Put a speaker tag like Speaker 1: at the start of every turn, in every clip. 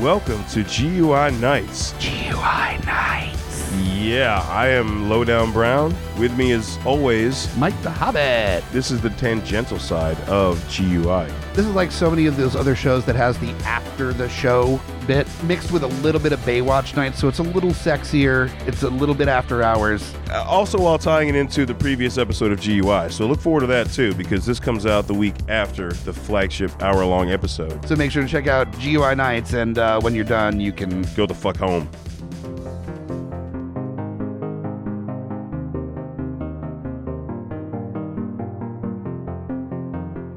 Speaker 1: Welcome to GUI Nights.
Speaker 2: GUI Nights.
Speaker 1: Yeah, I am Lowdown Brown. With me, as always,
Speaker 2: Mike the Hobbit.
Speaker 1: this is the tangential side of GUI.
Speaker 2: This is like so many of those other shows that has the after the show bit mixed with a little bit of Baywatch night, so it's a little sexier. It's a little bit after hours.
Speaker 1: Uh, Also, while tying it into the previous episode of GUI, so look forward to that too, because this comes out the week after the flagship hour long episode.
Speaker 2: So make sure to check out GUI Nights, and uh, when you're done, you can.
Speaker 1: Go the fuck home.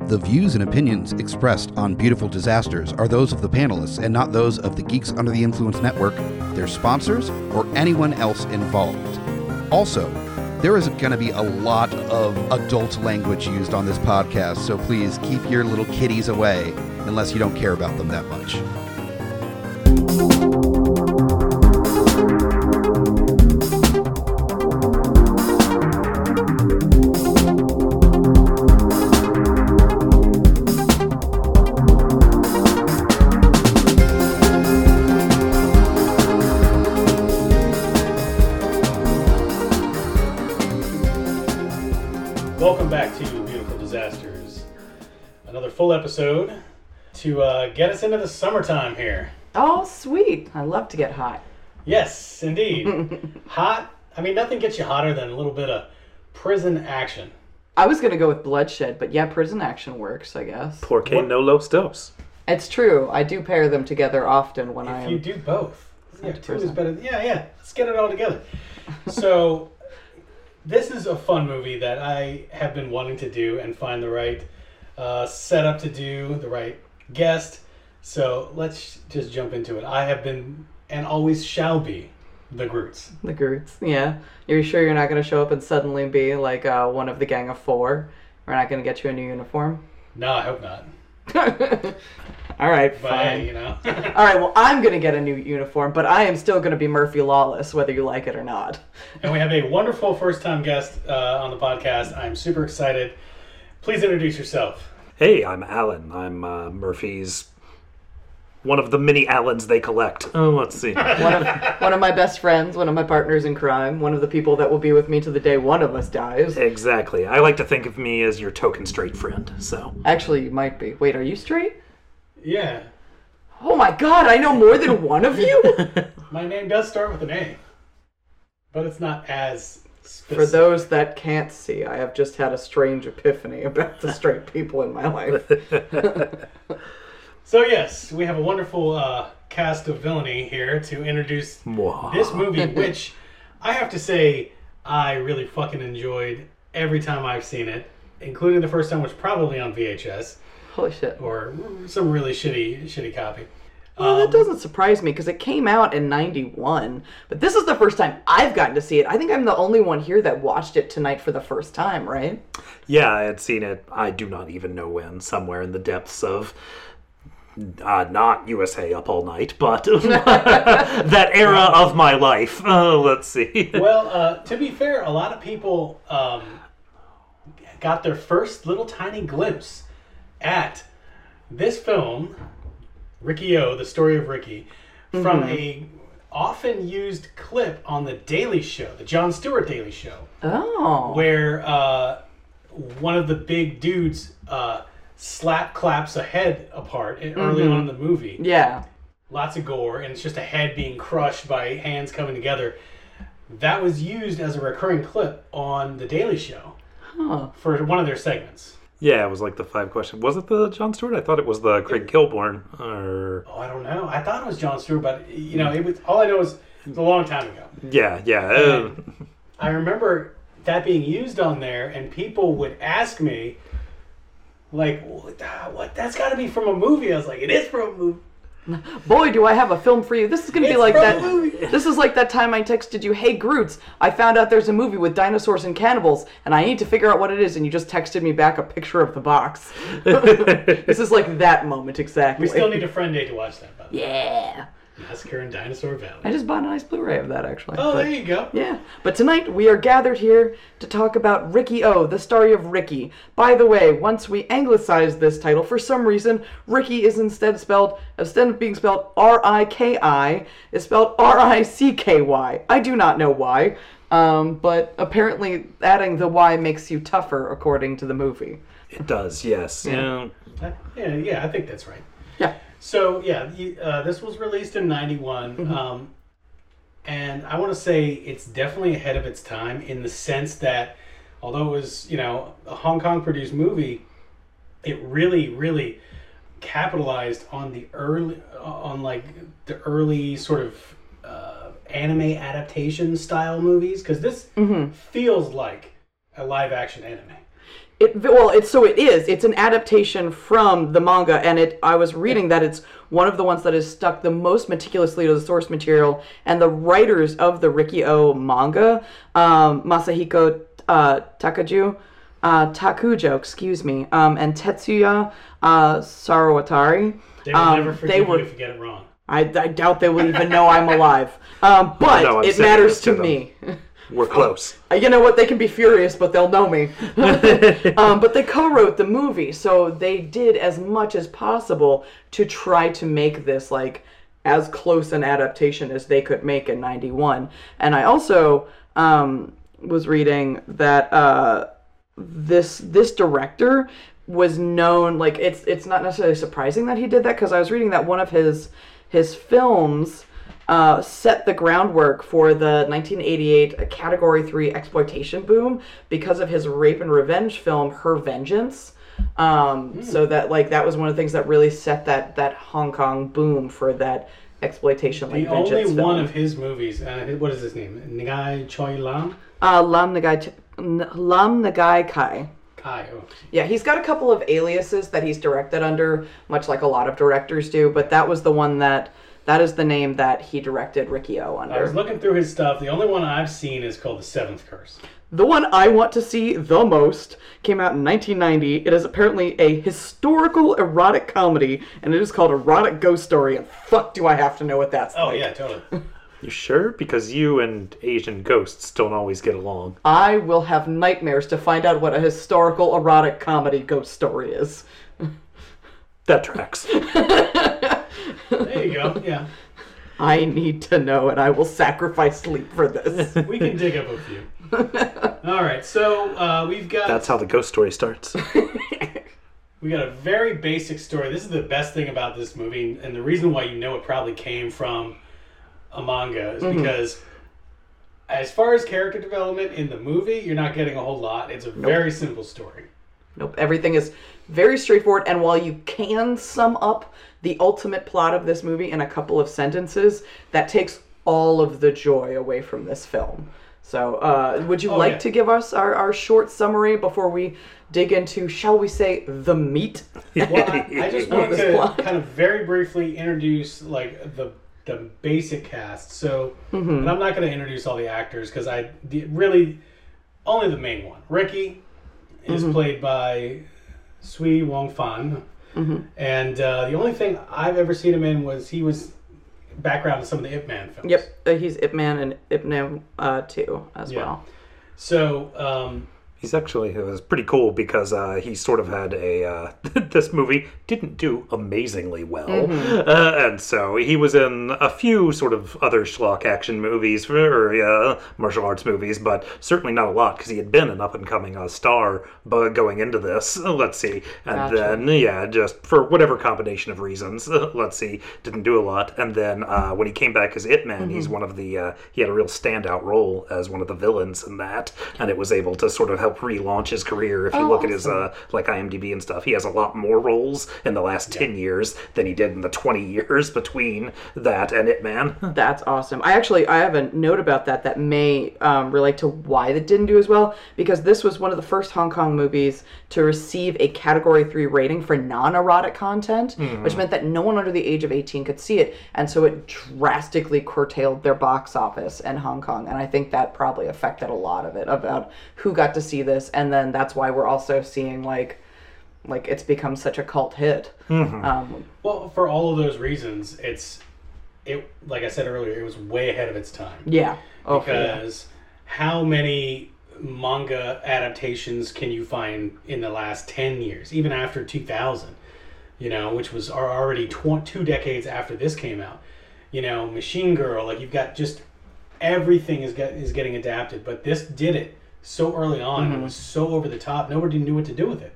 Speaker 2: The views and opinions expressed on Beautiful Disasters are those of the panelists and not those of the Geeks Under the Influence Network, their sponsors, or anyone else involved. Also, there is going to be a lot of adult language used on this podcast, so please keep your little kitties away unless you don't care about them that much.
Speaker 3: Welcome back to Beautiful Disasters. Another full episode to uh, get us into the summertime here.
Speaker 4: Oh, sweet. I love to get hot.
Speaker 3: Yes, indeed. Hot. I mean, nothing gets you hotter than a little bit of prison action.
Speaker 4: I was going to go with bloodshed, but yeah, prison action works, I guess.
Speaker 5: Porque no los dos.
Speaker 4: It's true. I do pair them together often when I
Speaker 3: If
Speaker 4: am.
Speaker 3: you do both, yeah, two is
Speaker 4: prison.
Speaker 3: better. Yeah, yeah. Let's get it all together. so, this is a fun movie that I have been wanting to do and find the right uh, setup to do, the right guest. So let's just jump into it. I have been and always shall be the Groots.
Speaker 4: The Groots. Yeah. You're sure you're not going to show up and suddenly be like uh, one of the gang of four? We're not going to get you a new uniform?
Speaker 3: No, I hope not.
Speaker 4: All right,
Speaker 3: But
Speaker 4: fine.
Speaker 3: hey, you know,
Speaker 4: All right, well, I'm going to get a new uniform, but I am still going to be Murphy Lawless, whether you like it or not.
Speaker 3: and we have a wonderful first-time guest uh, on the podcast. I'm super excited. Please introduce yourself.
Speaker 5: Hey, I'm Alan. I'm uh, Murphy's. One of the many Allens they collect. Oh, let's see.
Speaker 4: One of, one of my best friends, one of my partners in crime, one of the people that will be with me to the day one of us dies.
Speaker 5: exactly. I like to think of me as your token straight friend, so.
Speaker 4: Actually, you might be. Wait, are you straight?
Speaker 3: Yeah,
Speaker 4: Oh my god, I know more than one of you?
Speaker 3: my name does start with an A, but it's not as specific.
Speaker 4: For those that can't see, I have just had a strange epiphany about the straight people in my life.
Speaker 3: So yes, we have a wonderful uh, cast of villainy here to introduce
Speaker 5: Mwah.
Speaker 3: this movie, which I have to say I really fucking enjoyed every time I've seen it, including the first time, which probably on VHS
Speaker 4: Holy shit.
Speaker 3: or some really shitty shitty copy.
Speaker 4: Well, that doesn't surprise me because it came out in 91, but this is the first time I've gotten to see it. I think I'm the only one here that watched it tonight for the first time, right?
Speaker 5: Yeah, I had seen it, I do not even know when, somewhere in the depths of. Uh, not USA up all night, but that era of my life. Oh, let's see.
Speaker 3: Well, uh, to be fair, a lot of people um, got their first little tiny glimpse at this film, Ricky O, the story of Ricky, from a often used clip on the Daily Show, the Jon Stewart Daily Show,
Speaker 4: Oh.
Speaker 3: where uh, one of the big dudes uh, slap claps a head apart in- early on in the movie
Speaker 4: Yeah.
Speaker 3: lots of gore, and it's just a head being crushed by hands coming together. That was used as a recurring clip on The Daily Show
Speaker 4: Huh.
Speaker 3: for one of their segments.
Speaker 5: Yeah, it was like the five question. Was it the John Stewart? I thought it was the Craig Kilborn. Or
Speaker 3: Oh, I don't know. I thought it was John Stewart, but you know, it was all I know is it was a long time ago.
Speaker 5: yeah, yeah. uh,
Speaker 3: I remember that being used on there, and people would ask me, like, "What? the- what? That's got to be from a movie." I was like, "It is from a movie."
Speaker 4: boy, do I have a film for you. This is gonna be
Speaker 3: It's
Speaker 4: like
Speaker 3: from
Speaker 4: that.
Speaker 3: a movie.
Speaker 4: This is like that time I texted you, "Hey Groots, I found out there's a movie with dinosaurs and cannibals, and I need to figure out what it is." And you just texted me back a picture of the box. this is like that moment exactly.
Speaker 3: We still need a friend day to watch that, by the way.
Speaker 4: yeah.
Speaker 3: Massacre in Dinosaur Valley.
Speaker 4: I just bought a nice Blu-ray of that actually.
Speaker 3: Oh,
Speaker 4: but-
Speaker 3: there you go.
Speaker 4: Yeah, but tonight we are gathered here to talk about Ricky O, the story of Ricky. By the way, once we anglicized this title, for some reason, Ricky is instead spelled, instead of being spelled R I K I, is spelled R I C K Y. I do not know why, um, but apparently adding the Y makes you tougher, according to the movie.
Speaker 5: It does, yes. Yeah.
Speaker 3: Uh, Yeah, yeah, I think that's right.
Speaker 4: Yeah.
Speaker 3: So yeah, you- uh, this was released in '91,
Speaker 4: Mm-hmm.
Speaker 3: um, and I want to say it's definitely ahead of its time in the sense that although it was you know a Hong Kong produced movie, it really really capitalized on the early uh, on like the early sort of uh, anime adaptation style movies because this
Speaker 4: Mm-hmm.
Speaker 3: feels like a live action anime.
Speaker 4: It well, it's so it is. It's an adaptation from the manga, and it. I was reading that it's one of the ones that is stuck the most meticulously to the source material, and the writers of the Rikio manga, um, Masahiko uh, Takaju, uh, Takujo, excuse me, um, and Tetsuya uh, Sarawatari.
Speaker 3: They will
Speaker 4: um,
Speaker 3: never
Speaker 4: they
Speaker 3: forgive
Speaker 4: were-
Speaker 3: you if you get it wrong.
Speaker 4: I, I doubt they will even know I'm alive, um, but
Speaker 5: No, I'm
Speaker 4: it
Speaker 5: saying
Speaker 4: matters
Speaker 5: this to
Speaker 4: to
Speaker 5: them.
Speaker 4: me.
Speaker 5: We're close.
Speaker 4: Uh, you know what? They can be furious, but they'll know me. um, but they co-wrote the movie, so they did as much as possible to try to make this like as close an adaptation as they could make in '91. And I also um, was reading that. Uh, this this director was known like it's it's not necessarily surprising that he did that because I was reading that one of his his films uh, set the groundwork for the 1988 Category Three exploitation boom because of his rape and revenge film Her Vengeance. Um,
Speaker 3: Hmm.
Speaker 4: So that like that was one of the things that really set that that Hong Kong boom for that exploitation like
Speaker 3: The only
Speaker 4: vengeance
Speaker 3: one
Speaker 4: film.
Speaker 3: of his movies. Uh, what is his name? Ngai Choi Lam
Speaker 4: uh, Lam Nagai Lam Nagai Kai.
Speaker 3: Kai. Oh.
Speaker 4: Yeah, he's got a couple of aliases that he's directed under, much like a lot of directors do, but that was the one that that is the name that he directed Ricky O
Speaker 3: I was
Speaker 4: under.
Speaker 3: looking through his stuff. The only one I've seen is called The Seventh Curse.
Speaker 4: The one I want to see the most came out in 1990. It is apparently a historical erotic comedy, and it is called Erotic Ghost Story. And fuck, do I have to know what that's
Speaker 3: Oh
Speaker 4: like.
Speaker 3: yeah, totally.
Speaker 5: You sure? Because you and Asian ghosts don't always get along.
Speaker 4: I will have nightmares to find out what a historical erotic comedy ghost story is.
Speaker 5: That tracks.
Speaker 3: There you go. Yeah,
Speaker 4: I need to know, and I will sacrifice sleep for this.
Speaker 3: we can dig up a few. All right, so uh, we've got
Speaker 5: That's how the ghost story starts.
Speaker 3: we got a very basic story. This is the best thing about this movie, and the reason why you know it probably came from a manga is because. As far as character development in the movie, you're not getting a whole lot. It's a very simple story.
Speaker 4: Nope. Everything is very straightforward. And while you can sum up the ultimate plot of this movie in a couple of sentences, that takes all of the joy away from this film. So, uh, would you like
Speaker 3: Oh, yeah.
Speaker 4: to give us our, our short summary before we dig into, shall we say, the meat?
Speaker 3: Well, I, I just wanted
Speaker 4: This
Speaker 3: to
Speaker 4: plot.
Speaker 3: kind of very briefly introduce like the the basic cast. So,
Speaker 4: Mm-hmm.
Speaker 3: and I'm not going to introduce all the actors because I the, really only the main one. Ricky is
Speaker 4: Mm-hmm.
Speaker 3: played by Sui Wong Fan,
Speaker 4: Mm-hmm.
Speaker 3: and uh, the only thing I've ever seen him in was he was background in some of the Ip Man films.
Speaker 4: Yep, uh, he's Ip Man and Ip Man uh, too as
Speaker 3: Yeah.
Speaker 4: well.
Speaker 3: So, um,
Speaker 5: He's actually it was pretty cool because uh, he sort of had a uh, this movie didn't do amazingly well, uh, and so he was in a few sort of other schlock action movies or uh, martial arts movies, but certainly not a lot because he had been an up and coming uh, star. But going into this, uh, let's see, and then yeah, just for whatever combination of reasons, let's see, didn't do a lot. And then uh, when he came back as It Man, he's one of the uh, he had a real standout role as one of the villains in that, and it was able to sort of helped relaunch his career. If you look at his uh, like IMDb and stuff, he has a lot more roles in the last ten years than he did in the twenty years between that and It Man.
Speaker 4: That's awesome. I actually I have a note about that that may um, relate to why that didn't do as well because this was one of the first Hong Kong movies to receive a Category Three rating for non-erotic content, which meant that no one under the age of eighteen could see it, and so it drastically curtailed their box office in Hong Kong. And I think that probably affected a lot of it about who got to see this, and then that's why we're also seeing like like it's become such a cult hit. Um,
Speaker 3: Well, for all of those reasons, it's it like I said earlier, it was way ahead of its time.
Speaker 4: yeah. Oh, yeah.
Speaker 3: Because how many manga adaptations can you find in the last 10 years, even after 2000? You know, which was are already tw- two decades after this came out. You know, Machine Girl, like you've got just everything is get, is getting adapted, but this did it so early on. It was so over the top. Nobody knew what to do with it.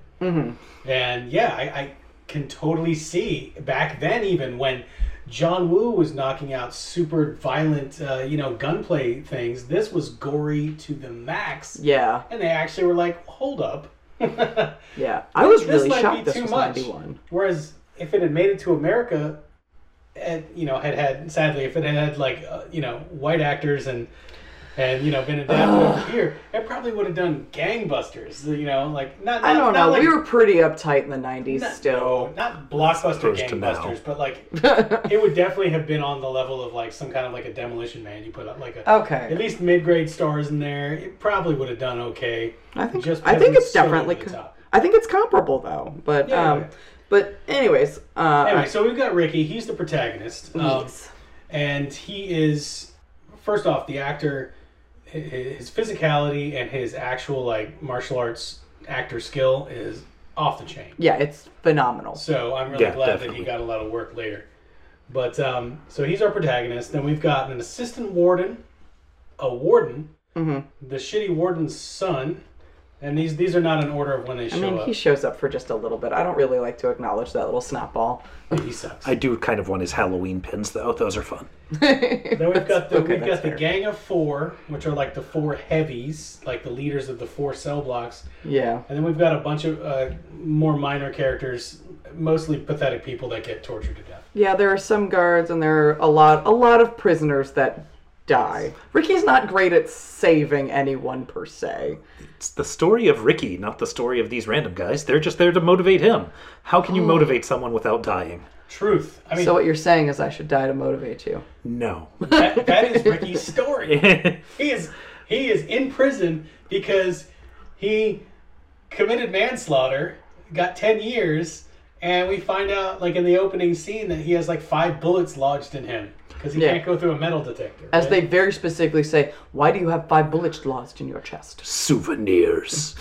Speaker 3: And yeah, I, I can totally see back then, even when John Woo was knocking out super violent, uh, you know, gunplay things, this was gory to the max.
Speaker 4: Yeah.
Speaker 3: And they actually were like, hold up.
Speaker 4: Yeah, I was
Speaker 3: This
Speaker 4: really
Speaker 3: might
Speaker 4: shocked
Speaker 3: be
Speaker 4: this
Speaker 3: too
Speaker 4: was
Speaker 3: much.
Speaker 4: 91.
Speaker 3: Whereas if it had made it to America, and you know, had had sadly, if it had had like uh, you know white actors and and you know been adapted over here, it probably would have done gangbusters. You know, like not.
Speaker 4: I
Speaker 3: Uh, not-
Speaker 4: don't
Speaker 3: not
Speaker 4: know.
Speaker 3: Like,
Speaker 4: we were pretty uptight in the 90s
Speaker 3: not-
Speaker 4: still.
Speaker 3: no, not blockbuster
Speaker 5: Opposed to now.
Speaker 3: gangbusters, but like it would definitely have been on the level of like some kind of like a Demolition Man. You put up like a at
Speaker 4: Okay.
Speaker 3: least mid grade stars in there. It probably would have done okay.
Speaker 4: I think
Speaker 3: just
Speaker 4: I
Speaker 3: because
Speaker 4: think
Speaker 3: it was
Speaker 4: it's
Speaker 3: so
Speaker 4: definitely
Speaker 3: over the
Speaker 4: co-
Speaker 3: top.
Speaker 4: I think it's comparable though. But
Speaker 3: Yeah,
Speaker 4: um
Speaker 3: yeah.
Speaker 4: but anyways, uh
Speaker 3: Anyway, so we've got Ricky. He's the protagonist. Um,
Speaker 4: yes.
Speaker 3: and he is first off the actor hi- hi- his physicality and his actual like martial arts actor skill is off the chain
Speaker 4: yeah, it's phenomenal.
Speaker 3: so i'm really
Speaker 5: Yeah,
Speaker 3: glad that
Speaker 5: definitely.
Speaker 3: he got a lot of work later but um, so he's our protagonist then we've got an assistant warden a warden
Speaker 4: Mm-hmm.
Speaker 3: the shitty warden's son and these these are not in order of when they show
Speaker 4: I mean,
Speaker 3: up
Speaker 4: he shows up for just a little bit. I don't really like to acknowledge that little snap ball.
Speaker 3: he sucks
Speaker 5: I do kind of want his Halloween pins though; those are fun.
Speaker 3: Then we've got the
Speaker 4: okay,
Speaker 3: we've
Speaker 4: that's
Speaker 3: got the gang of four, which are like the four heavies, like the leaders of the four cell blocks,
Speaker 4: Yeah.
Speaker 3: and then we've got a bunch of uh, more minor characters, mostly pathetic people that get tortured to death.
Speaker 4: Yeah, there are some guards and there are a lot a lot of prisoners that die. Ricky's not great at saving anyone per se.
Speaker 5: It's the story of Ricky, not the story of these random guys. They're just there to motivate him. How can you motivate someone without dying?
Speaker 3: Truth. I mean,
Speaker 4: So what you're saying is I should die to motivate you.
Speaker 5: No.
Speaker 3: that, that is Ricky's story. he is he is in prison because he committed manslaughter, got ten years, and we find out like in the opening scene that he has like five bullets lodged in him because he
Speaker 4: Yeah.
Speaker 3: can't go through a metal detector.
Speaker 4: As
Speaker 3: right?
Speaker 4: they very specifically say, why do you have five bullets lodged in your chest?
Speaker 5: Souvenirs.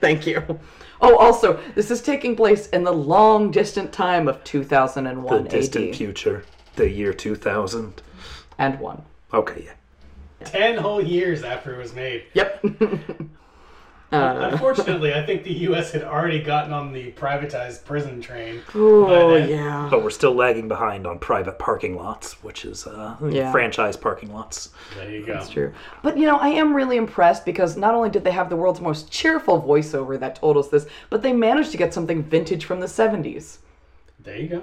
Speaker 4: Thank you. Oh, also, this is taking place in the long distant time of 2001
Speaker 5: the distant
Speaker 4: AD
Speaker 5: future. The year 2000.
Speaker 4: and one.
Speaker 5: Okay, yeah.
Speaker 3: ten whole years after it was made.
Speaker 4: Yep. Uh-huh.
Speaker 3: Unfortunately, I think the U.S. had already gotten on the privatized prison train.
Speaker 4: oh
Speaker 3: then.
Speaker 4: yeah.
Speaker 5: But we're still lagging behind on private parking lots, which is uh,
Speaker 4: Yeah.
Speaker 5: franchise parking lots.
Speaker 3: There you go.
Speaker 4: That's true. But you know, I am really impressed because not only did they have the world's most cheerful voiceover that told us this, but they managed to get something vintage from the 70s.
Speaker 3: There you go.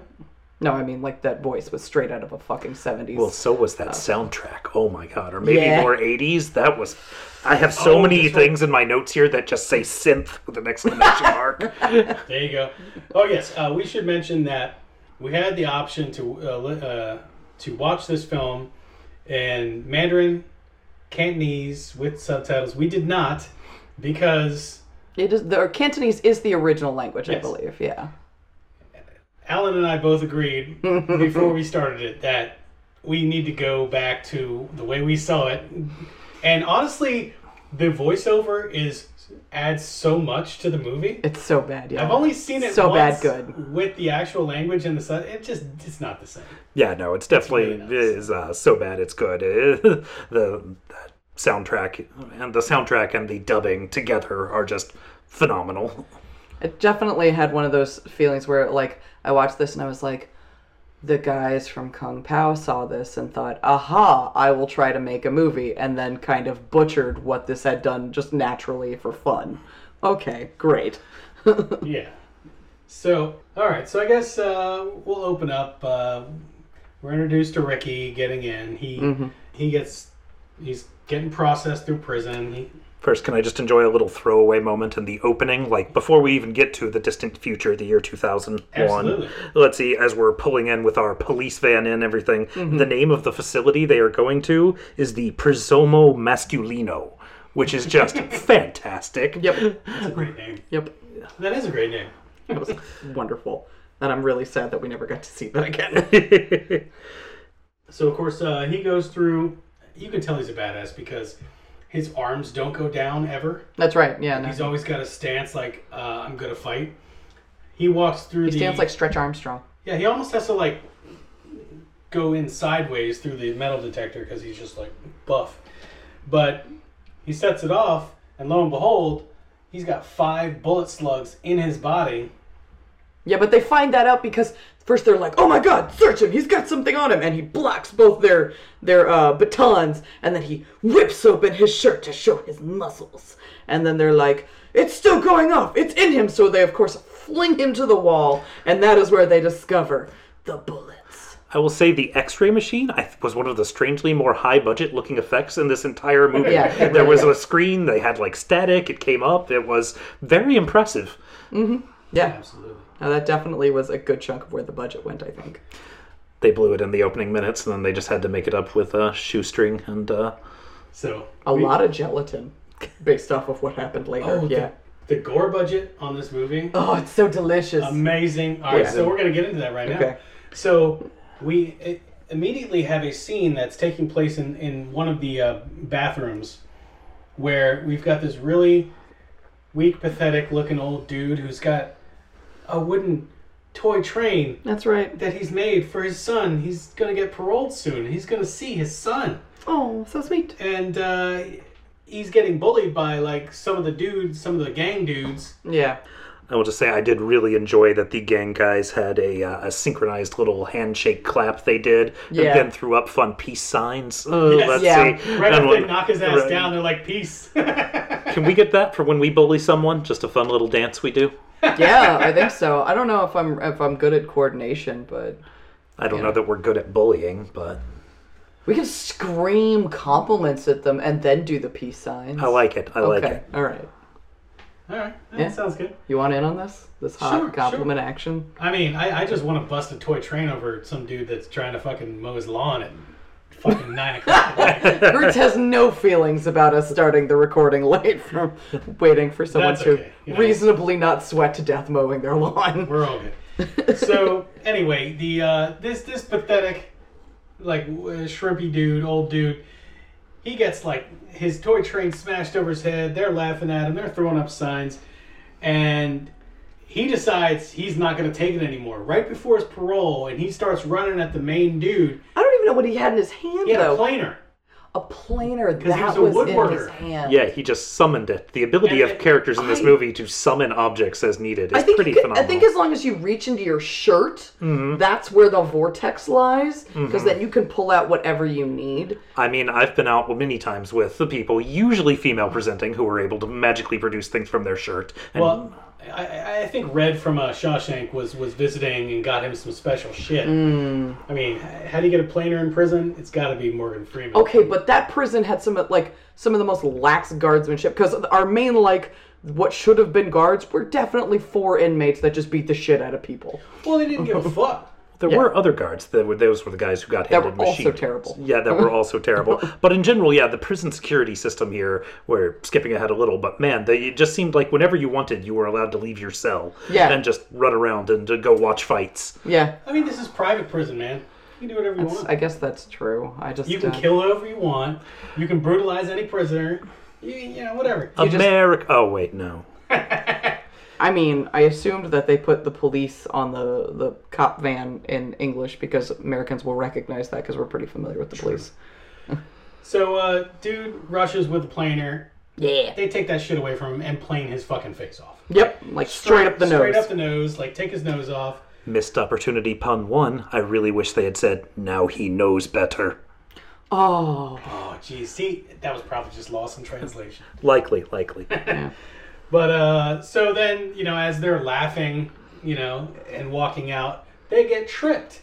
Speaker 4: No, I mean like that voice was straight out of a fucking 70s.
Speaker 5: Well, so was that soundtrack. Oh my god. Or maybe
Speaker 4: Yeah.
Speaker 5: more 80s. That was. I have so
Speaker 3: Oh,
Speaker 5: many
Speaker 3: that's right.
Speaker 5: things in my notes here that just say synth with an exclamation mark.
Speaker 3: There you go. Oh yes, uh, we should mention that we had the option to uh, li- uh, to watch this film in Mandarin, Cantonese with subtitles. We did not because
Speaker 4: it is the or Cantonese is the original language, I
Speaker 3: Yes.
Speaker 4: believe. Yeah.
Speaker 3: Alan and I both agreed before we started it that we need to go back to the way we saw it. And honestly, the voiceover is adds so much to the movie.
Speaker 4: It's so bad, yeah.
Speaker 3: I've only seen it
Speaker 4: So bad
Speaker 3: once
Speaker 4: good.
Speaker 3: with the actual language and the sub. It just it's not the same.
Speaker 5: Yeah, no, it's definitely
Speaker 3: really nice.
Speaker 5: is uh, so bad it's good. the that soundtrack and the soundtrack and the dubbing together are just phenomenal.
Speaker 4: It definitely had one of those feelings where, like, I watched this and I was like, the guys from Kung Pao saw this and thought, aha, I will try to make a movie, and then kind of butchered what this had done just naturally for fun. Okay, great.
Speaker 3: Yeah. So, all right. So I guess uh, we'll open up. Uh, we're introduced to Ricky getting in. He
Speaker 4: Mm-hmm.
Speaker 3: he gets he's getting processed through prison. He,
Speaker 5: First, can I just enjoy a little throwaway moment in the opening? Like, before we even get to the distant future, the year 2001.
Speaker 3: Absolutely.
Speaker 5: Let's see, as we're pulling in with our police van and everything,
Speaker 4: Mm-hmm.
Speaker 5: the name of the facility they are going to is the Prisomo Masculino, which is just fantastic.
Speaker 4: Yep.
Speaker 3: that's a great name.
Speaker 4: Yep.
Speaker 3: That is a great name.
Speaker 4: That was wonderful. And I'm really sad that we never got to see that again.
Speaker 3: So of course uh, he goes through. You can tell he's a badass because his arms don't go down ever.
Speaker 4: That's right. Yeah. No.
Speaker 3: He's always got a stance like uh, I'm gonna fight. He walks through
Speaker 4: He
Speaker 3: the
Speaker 4: stands like Stretch Armstrong.
Speaker 3: yeah. He almost has to like go in sideways through the metal detector because he's just like buff. But he sets it off, and lo and behold, he's got five bullet slugs in his body.
Speaker 4: Yeah, but they find that out because first they're like, "Oh my God, search him! He's got something on him!" And he blocks both their their uh, batons, and then he whips open his shirt to show his muscles. And then they're like, "It's still going off! It's in him!" So they, of course, fling him to the wall, and that is where they discover the bullets.
Speaker 5: I will say the X-ray machine I th- was one of the strangely more high-budget looking effects in this entire movie.
Speaker 4: Yeah, it
Speaker 5: there
Speaker 4: really
Speaker 5: was
Speaker 4: is.
Speaker 5: a screen. They had like static. It came up. It was very impressive.
Speaker 4: Yeah,
Speaker 3: Absolutely.
Speaker 4: now that definitely was a good chunk of where the budget went. I think.
Speaker 5: They blew it in the opening minutes, and then they just had to make it up with uh, shoestring and uh,
Speaker 3: So
Speaker 4: A lot of gelatin, based off of what happened later.
Speaker 3: Oh, the-
Speaker 4: yeah.
Speaker 3: The, gore budget on this movie.
Speaker 4: Oh, it's so delicious.
Speaker 3: Amazing. All right,
Speaker 4: Yeah.
Speaker 3: so we're going to get into that right now.
Speaker 4: Okay.
Speaker 3: So we i immediately have a scene that's taking place in, in one of the uh, bathrooms where we've got this really weak, pathetic looking old dude who's got a wooden toy train
Speaker 4: That's right.
Speaker 3: that he's made for his son. He's going to get paroled soon. He's going to see his son.
Speaker 4: Oh, so sweet.
Speaker 3: And uh, he's getting bullied by like some of the dudes, some of the gang dudes.
Speaker 4: Yeah.
Speaker 5: I will just say I did really enjoy that the gang guys had a, uh, a synchronized little handshake clap they did,
Speaker 4: Yeah.
Speaker 5: and then threw up fun peace signs. Oh,
Speaker 3: Yes.
Speaker 5: let's
Speaker 4: Yeah.
Speaker 5: see.
Speaker 3: Right
Speaker 5: And
Speaker 3: after they
Speaker 5: when-
Speaker 3: knock his ass
Speaker 5: right.
Speaker 3: down, they're like, peace.
Speaker 5: Can we get that for when we bully someone? Just a fun little dance we do.
Speaker 4: yeah, I think so. I don't know if I'm if I'm good at coordination, but
Speaker 5: I don't know that we're good at bullying, but
Speaker 4: we can scream compliments at them and then do the peace signs.
Speaker 5: I like it. I like
Speaker 4: okay.
Speaker 5: it.
Speaker 4: All right.
Speaker 3: All right, that
Speaker 4: Yeah.
Speaker 3: sounds good.
Speaker 4: You want in on this? This hot
Speaker 3: Sure, sure.
Speaker 4: compliment action?
Speaker 3: I mean, I, I just want to bust a toy train over some dude that's trying to fucking mow his lawn at fucking nine o'clock. at night.
Speaker 4: Gertz has no feelings about us starting the recording late from waiting for someone
Speaker 3: That's
Speaker 4: to
Speaker 3: okay, you know.
Speaker 4: reasonably not sweat to death mowing their lawn.
Speaker 3: We're all good. So anyway, the uh, this this pathetic, like uh, shrimpy dude, old dude, he gets like his toy train smashed over his head. They're laughing at him. They're throwing up signs, and he decides he's not going to take it anymore. Right before his parole, and he starts running at the main dude.
Speaker 4: I don't even know what he had in his hand
Speaker 3: He had
Speaker 4: though.
Speaker 3: a planer.
Speaker 4: a planer
Speaker 3: he
Speaker 4: that
Speaker 3: was
Speaker 4: was,
Speaker 3: a
Speaker 4: in his
Speaker 3: woodworker.
Speaker 4: hand.
Speaker 5: Yeah, he just summoned it. The ability
Speaker 3: And
Speaker 5: of characters in this
Speaker 4: I-
Speaker 5: movie to summon objects as needed is
Speaker 4: I think
Speaker 5: pretty
Speaker 4: you could-
Speaker 5: phenomenal.
Speaker 4: I think as long as you reach into your shirt,
Speaker 3: Mm-hmm.
Speaker 4: that's where the vortex lies, because then you can pull out whatever you need.
Speaker 5: I mean, I've been out many times with the people, usually female presenting, who were able to magically produce things from their shirt. And
Speaker 3: Well, I- I, I think Red from uh, Shawshank was was visiting and got him some special shit.
Speaker 4: Hmm.
Speaker 3: I mean, h- how do you get a planer in prison? It's got to be Morgan Freeman.
Speaker 4: Okay, but that prison had some of- like some of the most lax guardsmanship, because our main like what should have been guards were definitely four inmates that just beat the shit out of people.
Speaker 3: Well, they didn't give a fuck.
Speaker 5: there were other guards that were those were the guys who got
Speaker 4: That
Speaker 5: handed
Speaker 4: were also
Speaker 5: machines.
Speaker 4: terrible.
Speaker 5: Yeah, that were also terrible. But in general, yeah, the prison security system here, we're skipping ahead a little, but man, they, it just seemed like whenever you wanted, you were allowed to leave your cell
Speaker 4: Yeah.
Speaker 5: and just run around and to go watch fights.
Speaker 4: Yeah,
Speaker 3: I mean, this is private prison, man. You can do whatever you want.
Speaker 4: I guess that's true. I just
Speaker 3: you can
Speaker 4: uh,
Speaker 3: kill whoever you want. You can brutalize any prisoner. You, you know, whatever.
Speaker 4: just-
Speaker 5: America. Oh wait, no.
Speaker 4: I mean, I assumed that they put the police on the the cop van in English because Americans will recognize that because we're pretty familiar with the police.
Speaker 3: So, uh, dude rushes with a planer.
Speaker 4: Yeah.
Speaker 3: They take that shit away from him and plane his fucking face off.
Speaker 4: Yep. Like straight up the nose.
Speaker 3: Straight up the nose. Like, take his nose off.
Speaker 5: Missed opportunity pun one. I really wish they had said, now he knows better.
Speaker 4: Oh,
Speaker 3: Oh, geez. See, that was probably just lost in translation.
Speaker 5: Likely, likely.
Speaker 3: But uh, so then, you know, as they're laughing, you know, and walking out, they get tripped,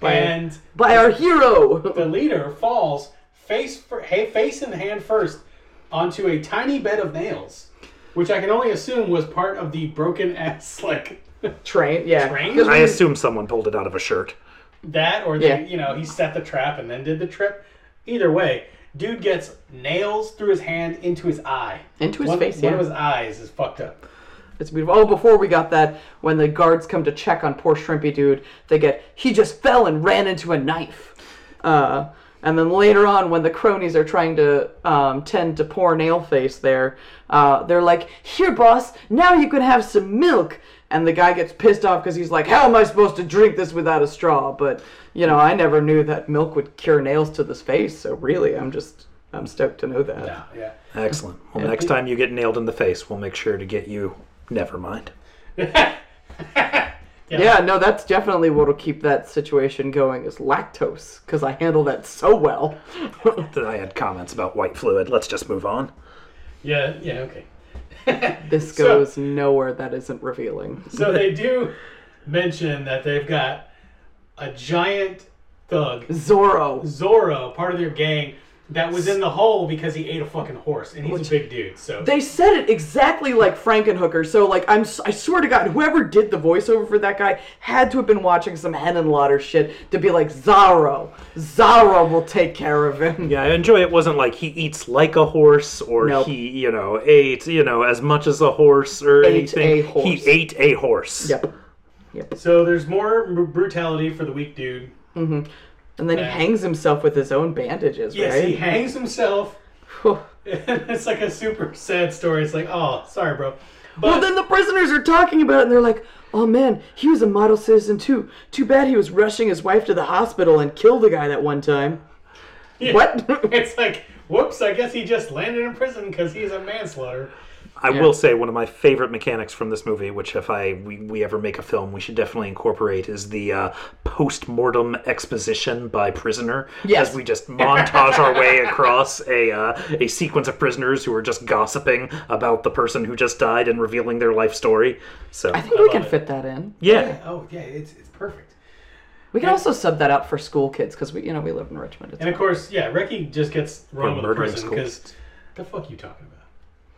Speaker 3: and
Speaker 4: by our hero.
Speaker 3: the leader falls face for, hey, face and hand first onto a tiny bed of nails, which I can only assume was part of the broken ass like
Speaker 4: Train, yeah.
Speaker 3: Train?
Speaker 4: 'Cause we-
Speaker 5: I assume someone pulled it out of a shirt.
Speaker 3: that, or
Speaker 4: Yeah.
Speaker 3: the, you know, he set the trap and then did the trip. Either way, dude gets nails through his hand into his eye.
Speaker 4: Into his
Speaker 3: one,
Speaker 4: face,
Speaker 3: One
Speaker 4: yeah.
Speaker 3: of his eyes is fucked up.
Speaker 4: It's beautiful. Oh, before we got that, when the guards come to check on poor Shrimpy Dude, they get, he just fell and ran into a knife. Uh, and then later on, when the cronies are trying to um, tend to poor Nailface there, uh, they're like, here, boss, now you can have some milk. And the guy gets pissed off because he's like, how am I supposed to drink this without a straw? But, you know, I never knew that milk would cure nails to this face. So really, I'm just, I'm stoked to know that.
Speaker 3: Yeah, yeah.
Speaker 5: Excellent. Well, next time you get nailed in the face, we'll make sure to get you. Never mind.
Speaker 4: Yeah, no, that's definitely what'll keep that situation going is lactose, because I handle that so well.
Speaker 5: Then I had comments about white fluid. Let's just move on.
Speaker 3: Yeah, yeah, okay.
Speaker 4: This goes nowhere that isn't revealing.
Speaker 3: So they do mention that they've got a giant thug,
Speaker 4: Zorro.
Speaker 3: Zorro, part of their gang, that was in the hole because he ate a fucking horse, and he's a big dude. So
Speaker 4: They said it exactly like Frankenhooker, so like I'm s- I swear to God, whoever did the voiceover for that guy had to have been watching some Henenlotter shit to be like Zorro. Zorro will take care of him.
Speaker 5: Yeah, I enjoy it. Wasn't like he eats like a horse, or
Speaker 4: Nope.
Speaker 5: he, you know, ate, you know, as much as a horse or
Speaker 4: Ate a
Speaker 5: anything.
Speaker 4: horse.
Speaker 5: He ate a horse.
Speaker 4: Yep.
Speaker 3: so there's more br- brutality for the weak dude.
Speaker 4: And then he hangs himself with his own bandages,
Speaker 3: Yes,
Speaker 4: right?
Speaker 3: he hangs himself.
Speaker 4: Whew.
Speaker 3: it's like a super sad story. It's like, oh, sorry, bro.
Speaker 4: Well, then the prisoners are talking about it, and they're like, "Oh man, he was a model citizen too. Too bad he was rushing his wife to the hospital and killed a guy that one time." What?
Speaker 3: It's like, whoops, I guess he just landed in prison because he's a manslaughter.
Speaker 5: I will say one of my favorite mechanics from this movie, which if I we, we ever make a film, we should definitely incorporate, is the uh, post-mortem exposition by prisoner.
Speaker 4: Yes.
Speaker 5: As we just montage our way across a uh, a sequence of prisoners who are just gossiping about the person who just died and revealing their life story. So
Speaker 4: I think we can fit that in.
Speaker 5: yeah,
Speaker 3: Oh, yeah, it's, it's perfect.
Speaker 4: We can also sub that out for school kids because we, you know, we live in Richmond. It's
Speaker 3: And of course, yeah, Ricky just gets
Speaker 5: We're
Speaker 3: run with the
Speaker 5: murdering
Speaker 3: prison
Speaker 5: school
Speaker 3: because the fuck you talking about?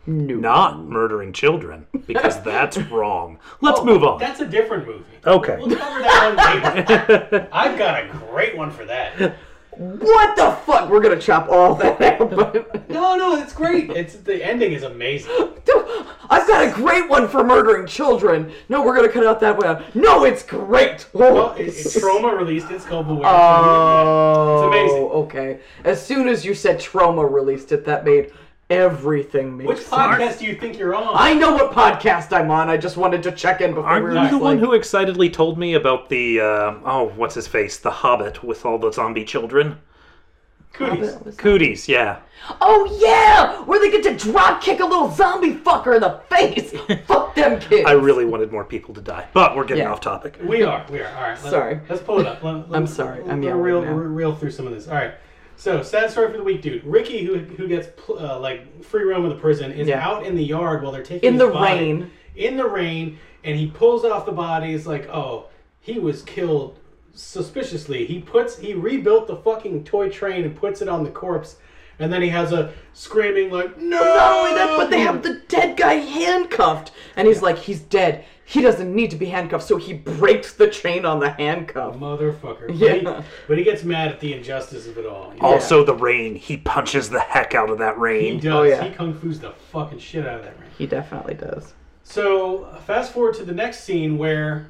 Speaker 5: not murdering children because that's wrong. Let's
Speaker 4: Oh,
Speaker 5: move on.
Speaker 3: That's a different movie.
Speaker 5: Okay.
Speaker 3: We'll cover that one later. I've got a great one for that.
Speaker 4: what the fuck? We're gonna chop all that out. But
Speaker 3: No, no, it's great. It's the ending is amazing.
Speaker 4: I've got a great one for murdering children. No, we're gonna cut out that one. out. No, it's great.
Speaker 3: Well, it, it's trauma released. It's called Beware.
Speaker 5: Uh,
Speaker 4: Oh,
Speaker 3: It's amazing.
Speaker 4: Okay. As soon as you said trauma released it, that made everything make
Speaker 3: Which
Speaker 4: sense.
Speaker 3: podcast do you think you're on?
Speaker 4: I know what podcast I'm on. I just wanted to check in before we were
Speaker 5: Aren't you
Speaker 4: just
Speaker 5: the one
Speaker 4: like-
Speaker 5: who excitedly told me about the uh, oh, what's his face, the Hobbit with all the zombie children?
Speaker 3: Cooties.
Speaker 5: Cooties, yeah.
Speaker 4: Oh yeah, where they get to drop kick a little zombie fucker in the face. Fuck them kids.
Speaker 5: I really wanted more people to die, but we're getting
Speaker 4: Yeah.
Speaker 5: off topic.
Speaker 3: We are. We are. All right. Let's,
Speaker 4: Sorry.
Speaker 3: Let's pull it up. Let, let,
Speaker 4: I'm sorry, I'm
Speaker 3: let
Speaker 4: yelling
Speaker 3: reel,
Speaker 4: now.
Speaker 3: re- reel through some of this. All right. So sad story for the week, dude. Ricky, who who gets pl- uh, like free roam of the prison, is
Speaker 4: Yeah.
Speaker 3: out in the yard while they're taking
Speaker 4: In
Speaker 3: his
Speaker 4: the
Speaker 3: body-
Speaker 4: rain.
Speaker 3: In the rain, and he pulls off the body. It's like, oh, he was killed suspiciously. He puts he rebuilt the fucking toy train and puts it on the corpse, and then he has a screaming like, no.
Speaker 4: Not only that, but they have the dead guy handcuffed, and he's like, he's dead. He doesn't need to be handcuffed, so he breaks the chain on the handcuff.
Speaker 3: motherfucker. But,
Speaker 4: Yeah. Oh,
Speaker 3: he, but he gets mad at the injustice of it all. you know?
Speaker 5: Also, the rain. He punches the heck out of that
Speaker 3: He
Speaker 5: rain.
Speaker 3: does.
Speaker 4: Oh, yeah.
Speaker 3: He kung fu's the fucking shit out of that ring.
Speaker 4: He definitely does.
Speaker 3: So fast forward to the next scene where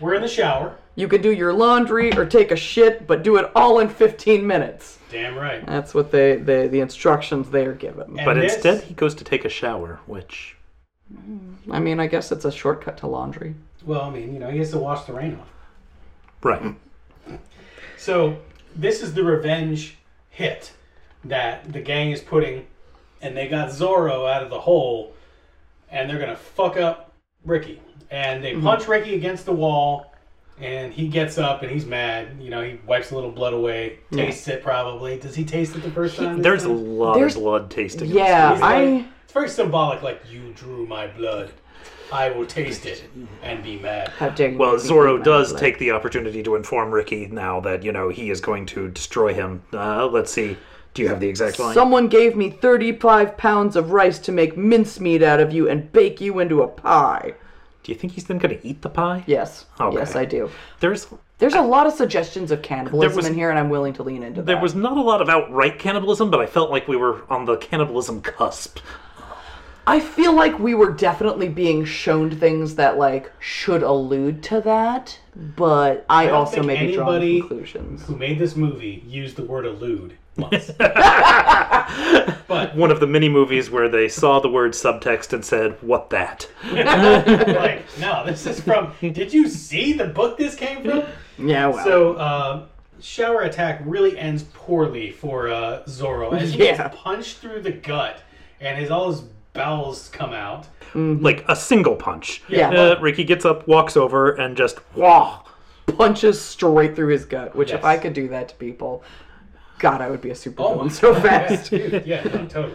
Speaker 3: we're in the shower.
Speaker 4: You can do your laundry or take a shit, but do it all in 15 minutes.
Speaker 3: Damn right.
Speaker 4: That's what they, they the instructions they are given.
Speaker 5: But
Speaker 3: And this-
Speaker 5: instead, he goes to take a shower, which.
Speaker 4: I mean, I guess it's a shortcut to laundry.
Speaker 3: well, I mean, you know, he has to wash the rain off.
Speaker 5: Right.
Speaker 3: So this is the revenge hit that the gang is putting, and they got Zorro out of the hole,
Speaker 5: Mm-hmm.
Speaker 3: and they're gonna fuck up Ricky. And they punch Ricky against the wall, and he gets up and he's mad. You know, he wipes a little blood away, tastes it probably. Does he taste it the first time? this
Speaker 5: There's a
Speaker 3: time?
Speaker 5: lot
Speaker 4: There's-
Speaker 5: of blood tasting. in this
Speaker 4: Yeah,
Speaker 3: He's like-
Speaker 4: I.
Speaker 3: It's very symbolic. Like you drew my blood, I will taste it and be mad.
Speaker 4: How dare you
Speaker 5: Well,
Speaker 4: make me
Speaker 5: Zorro
Speaker 4: eat my
Speaker 5: does
Speaker 4: blood.
Speaker 5: take the opportunity to inform Ricky now that, you know, he is going to destroy him. Uh, let's see. Do you have the exact line?
Speaker 4: Someone gave me 35 pounds of rice to make mincemeat out of you and bake you into a pie.
Speaker 5: Do you think he's then going to eat the pie?
Speaker 4: Yes.
Speaker 5: Okay.
Speaker 4: Yes, I do.
Speaker 5: There's
Speaker 4: There's a lot of suggestions of cannibalism
Speaker 5: was-
Speaker 4: in here, and I'm willing to lean into
Speaker 5: there
Speaker 4: that.
Speaker 5: was not a lot of outright cannibalism, but I felt like we were on the cannibalism cusp.
Speaker 4: I feel like we were definitely being shown things that like should allude to that, but I,
Speaker 3: don't
Speaker 4: also
Speaker 3: think
Speaker 4: may be
Speaker 3: anybody-
Speaker 4: drawing conclusions.
Speaker 3: Who made this movie used the word allude once. but
Speaker 5: One of the many movies where they saw the word subtext and said, "What that?"
Speaker 3: like, no, this is from. Did you see the book this came from?
Speaker 4: Yeah, well.
Speaker 3: So, uh, shower attack really ends poorly for uh, Zorro as he
Speaker 4: Yeah.
Speaker 3: gets punched through the gut and his all his bowels come out.
Speaker 5: Like a single punch.
Speaker 4: Yeah.
Speaker 5: Uh, Ricky gets up, walks over, and just wah.
Speaker 4: punches straight through his gut, which
Speaker 3: Yes.
Speaker 4: if I could do that to people, God, I would be a super
Speaker 3: Oh
Speaker 4: villain
Speaker 3: my
Speaker 4: so
Speaker 3: God,
Speaker 4: fast.
Speaker 3: Yeah, dude, yeah, no, totally.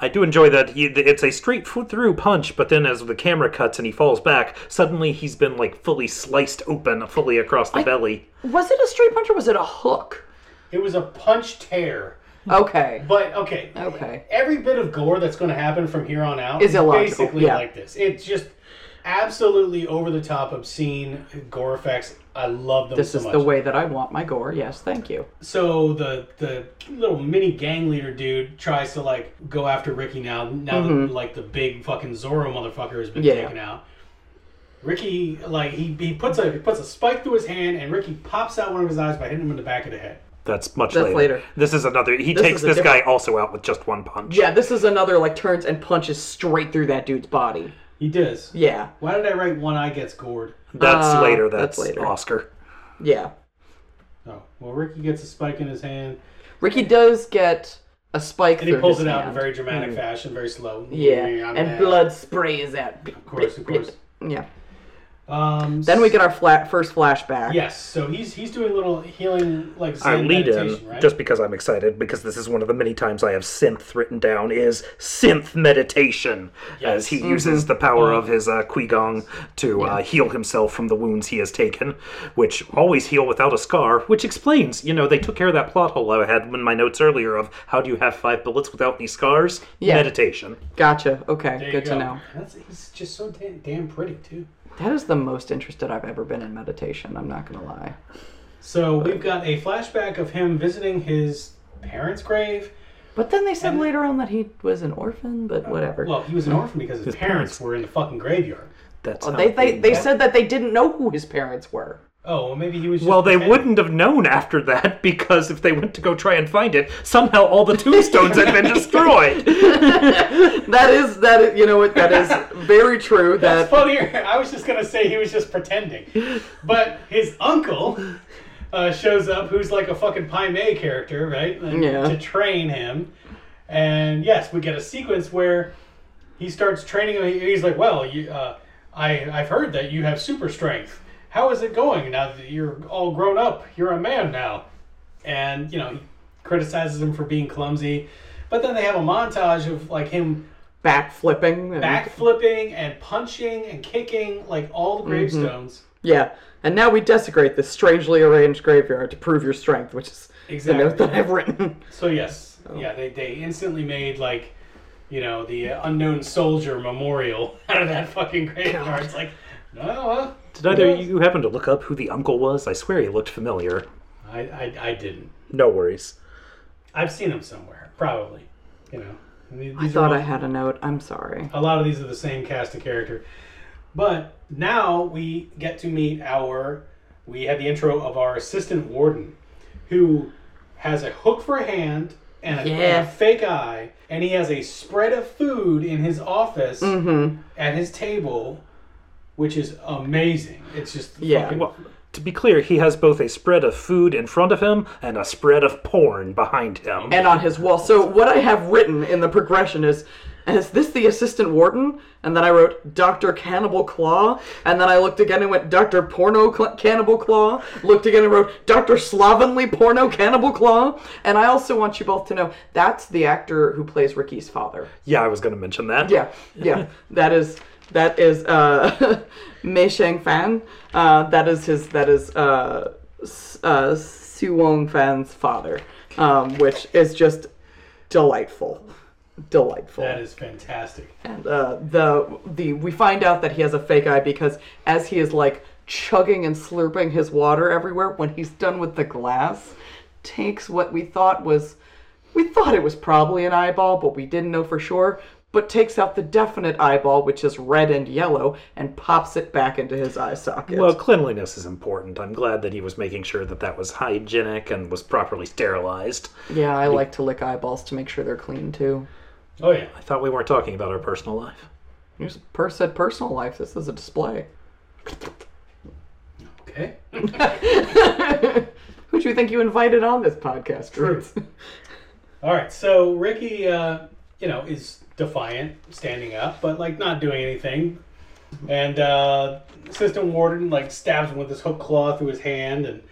Speaker 5: I do enjoy that. He, it's a straight foot through punch, but then as the camera cuts and he falls back, suddenly he's been like fully sliced open, fully across the belly.
Speaker 4: was it a straight punch or was it a hook?
Speaker 3: It was a punch tear.
Speaker 4: Okay.
Speaker 3: But okay,
Speaker 4: Okay.
Speaker 3: Every bit of gore that's going to happen from here on out
Speaker 4: Is illogical,
Speaker 3: Basically,
Speaker 4: yeah.
Speaker 3: like this. It's just absolutely over the top, obscene gore effects. I love them.
Speaker 4: This
Speaker 3: so
Speaker 4: is
Speaker 3: much.
Speaker 4: the way that I want my gore. Yes, thank you.
Speaker 3: So the the little mini gang leader dude tries to like go after Ricky now. Now that like the big fucking Zorro motherfucker has been
Speaker 4: Mm-hmm. Yeah.
Speaker 3: taken out. Ricky like he, he puts a he puts a spike through his hand and Ricky pops out one of his eyes by hitting him in the back of the head.
Speaker 5: That's much
Speaker 4: That's
Speaker 5: later.
Speaker 4: later.
Speaker 5: This is another. He takes
Speaker 4: is a
Speaker 5: this guy
Speaker 4: different-
Speaker 5: also out with just one punch.
Speaker 4: Yeah, this is another like turns and punches straight through that dude's body.
Speaker 3: He does.
Speaker 4: Yeah.
Speaker 3: Why did I write one eye gets gored?
Speaker 5: That's
Speaker 4: Uh,
Speaker 5: later. That's,
Speaker 4: that's later.
Speaker 5: Oscar.
Speaker 4: Yeah.
Speaker 3: Oh well, Ricky gets a spike in his hand.
Speaker 4: Ricky does get a spike
Speaker 3: And
Speaker 4: through
Speaker 3: he pulls
Speaker 4: his
Speaker 3: it out
Speaker 4: hand. Mm-hmm.
Speaker 3: in very dramatic fashion, very slow.
Speaker 4: Yeah,
Speaker 3: I'm
Speaker 4: and
Speaker 3: mad.
Speaker 4: blood sprays out.
Speaker 3: Of course, of course.
Speaker 4: Yeah.
Speaker 3: Um,
Speaker 4: Then we get our flat first flashback.
Speaker 3: Yes, so he's he's doing a little healing, like
Speaker 5: Our
Speaker 3: Zen
Speaker 5: lead
Speaker 3: meditation,
Speaker 5: in,
Speaker 3: right?
Speaker 5: just because I'm excited, because this is one of the many times I have synth written down, is synth meditation, as he
Speaker 4: Mm-hmm.
Speaker 5: uses the power
Speaker 4: Mm.
Speaker 5: of his uh, Qigong to uh, heal himself from the wounds he has taken, which always heal without a scar, which explains, you know, they took care of that plot hole I had in my notes earlier of how do you have five bullets without any scars?
Speaker 4: Yeah.
Speaker 5: Meditation.
Speaker 4: Gotcha. Okay.
Speaker 3: There you
Speaker 4: Good
Speaker 3: go.
Speaker 4: to know.
Speaker 3: That's, he's just so damn, damn pretty too.
Speaker 4: That is the most interested I've ever been in meditation. I'm not gonna lie.
Speaker 3: So we've got a flashback of him visiting his parents' grave.
Speaker 4: But then they said later on that he was an orphan, but whatever.
Speaker 3: Uh, Well, he was an orphan because his, parents,
Speaker 5: parents.
Speaker 3: were in the fucking graveyard.
Speaker 5: That's
Speaker 4: Well, Oh,
Speaker 5: how
Speaker 4: they they, they said that they didn't know who his parents were.
Speaker 3: Oh, well, maybe he was. Just
Speaker 5: Well, they
Speaker 3: pretending.
Speaker 5: wouldn't have known after that because if they went to go try and find it, somehow all the tombstones had been destroyed.
Speaker 4: That is that is, you know what that is very true.
Speaker 3: That's
Speaker 4: That
Speaker 3: funnier. I was just gonna say he was just pretending, but his uncle uh, shows up, who's like a fucking Pai Mei character, right? And-
Speaker 4: Yeah.
Speaker 3: To train him, and yes, we get a sequence where he starts training him. He- He's like, "Well, you, uh, I I've heard that you have super strength. How is it going now that you're all grown up? You're a man now." and you know he criticizes him for being clumsy but then they have a montage of like him
Speaker 4: back flipping. and-
Speaker 3: backflipping and punching and kicking like all the gravestones
Speaker 4: Yeah. And now we desecrate this strangely arranged graveyard to prove your strength, which is the note
Speaker 3: exactly
Speaker 4: that I've written.
Speaker 3: so yes yeah they, they instantly made like you know the unknown soldier memorial out of that fucking graveyard it's like no well,
Speaker 5: Did either you happen to look up who the uncle was? I swear he looked familiar.
Speaker 3: I, I i didn't
Speaker 5: No worries.
Speaker 3: i've seen him somewhere probably you know And these-
Speaker 4: I
Speaker 3: these are
Speaker 4: thought
Speaker 3: all-
Speaker 4: I had a note. I'm sorry.
Speaker 3: a lot of these are the same cast of character. But now we get to meet our we had the intro of our assistant warden who has a hook for a hand and a, and a
Speaker 4: Yeah.
Speaker 3: fake eye and he has a spread of food in his office
Speaker 4: Mm-hmm.
Speaker 3: at his table which is amazing. It's just
Speaker 4: Yeah.
Speaker 3: fucking-
Speaker 5: Well, to be clear, he has both a spread of food in front of him and a spread of porn behind him.
Speaker 4: and on his wall. So what I have written in the progression is And is this the assistant warden? And then I wrote Dr. Cannibal Claw. And then I looked again and went Dr. Porno Cl- Cannibal Claw. Looked again and wrote Dr. Slovenly Porno Cannibal Claw. And I also want you both to know that's the actor who plays Ricky's father.
Speaker 5: Yeah, I was going to mention that.
Speaker 4: Yeah, yeah. that is that is uh, Mei Sheng Fan. Uh, that is his. That is uh, S- uh, Su Wong Fan's father, um, which is just delightful, delightful.
Speaker 3: That is fantastic.
Speaker 4: And uh, the the we find out that he has a fake eye because as he is like chugging and slurping his water everywhere, when he's done with the glass, takes what we thought was we thought it was probably an eyeball, but we didn't know for sure. But takes out the definite eyeball, which is red and yellow, and pops it back into his eye socket.
Speaker 5: Well, cleanliness is important. I'm glad that he was making sure that that was hygienic and was properly sterilized.
Speaker 4: yeah, I like to lick eyeballs to make sure they're clean too.
Speaker 3: Oh yeah.
Speaker 5: I thought we weren't talking about our personal life.
Speaker 4: You just per- said personal life. This is a display.
Speaker 3: Okay.
Speaker 4: Who do you think you invited on this podcast? Drew?
Speaker 3: True. All right. So Ricky, uh, you know, is defiant, standing up, but like not doing anything. And uh, Assistant Warden like stabs him with his hook claw through his hand, and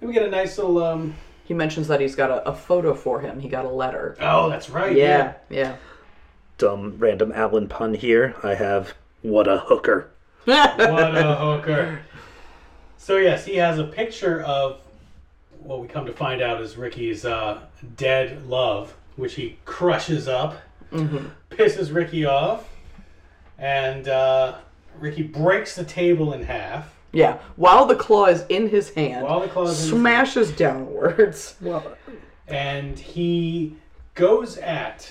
Speaker 3: then we get a nice little. Um,
Speaker 4: He mentions that he's got a, a photo for him. He got a letter.
Speaker 3: oh, that's right.
Speaker 4: Yeah, yeah.
Speaker 5: Dumb random Alan pun here. I have what a hooker.
Speaker 3: What a hooker. So yes, he has a picture of what we come to find out is Ricky's uh, dead love, which he crushes up, pisses Ricky off, and uh, Ricky breaks the table in half.
Speaker 4: Yeah, while the claw is in his hand,
Speaker 3: While the claw is in his hand.
Speaker 4: smashes downwards.
Speaker 3: and he goes at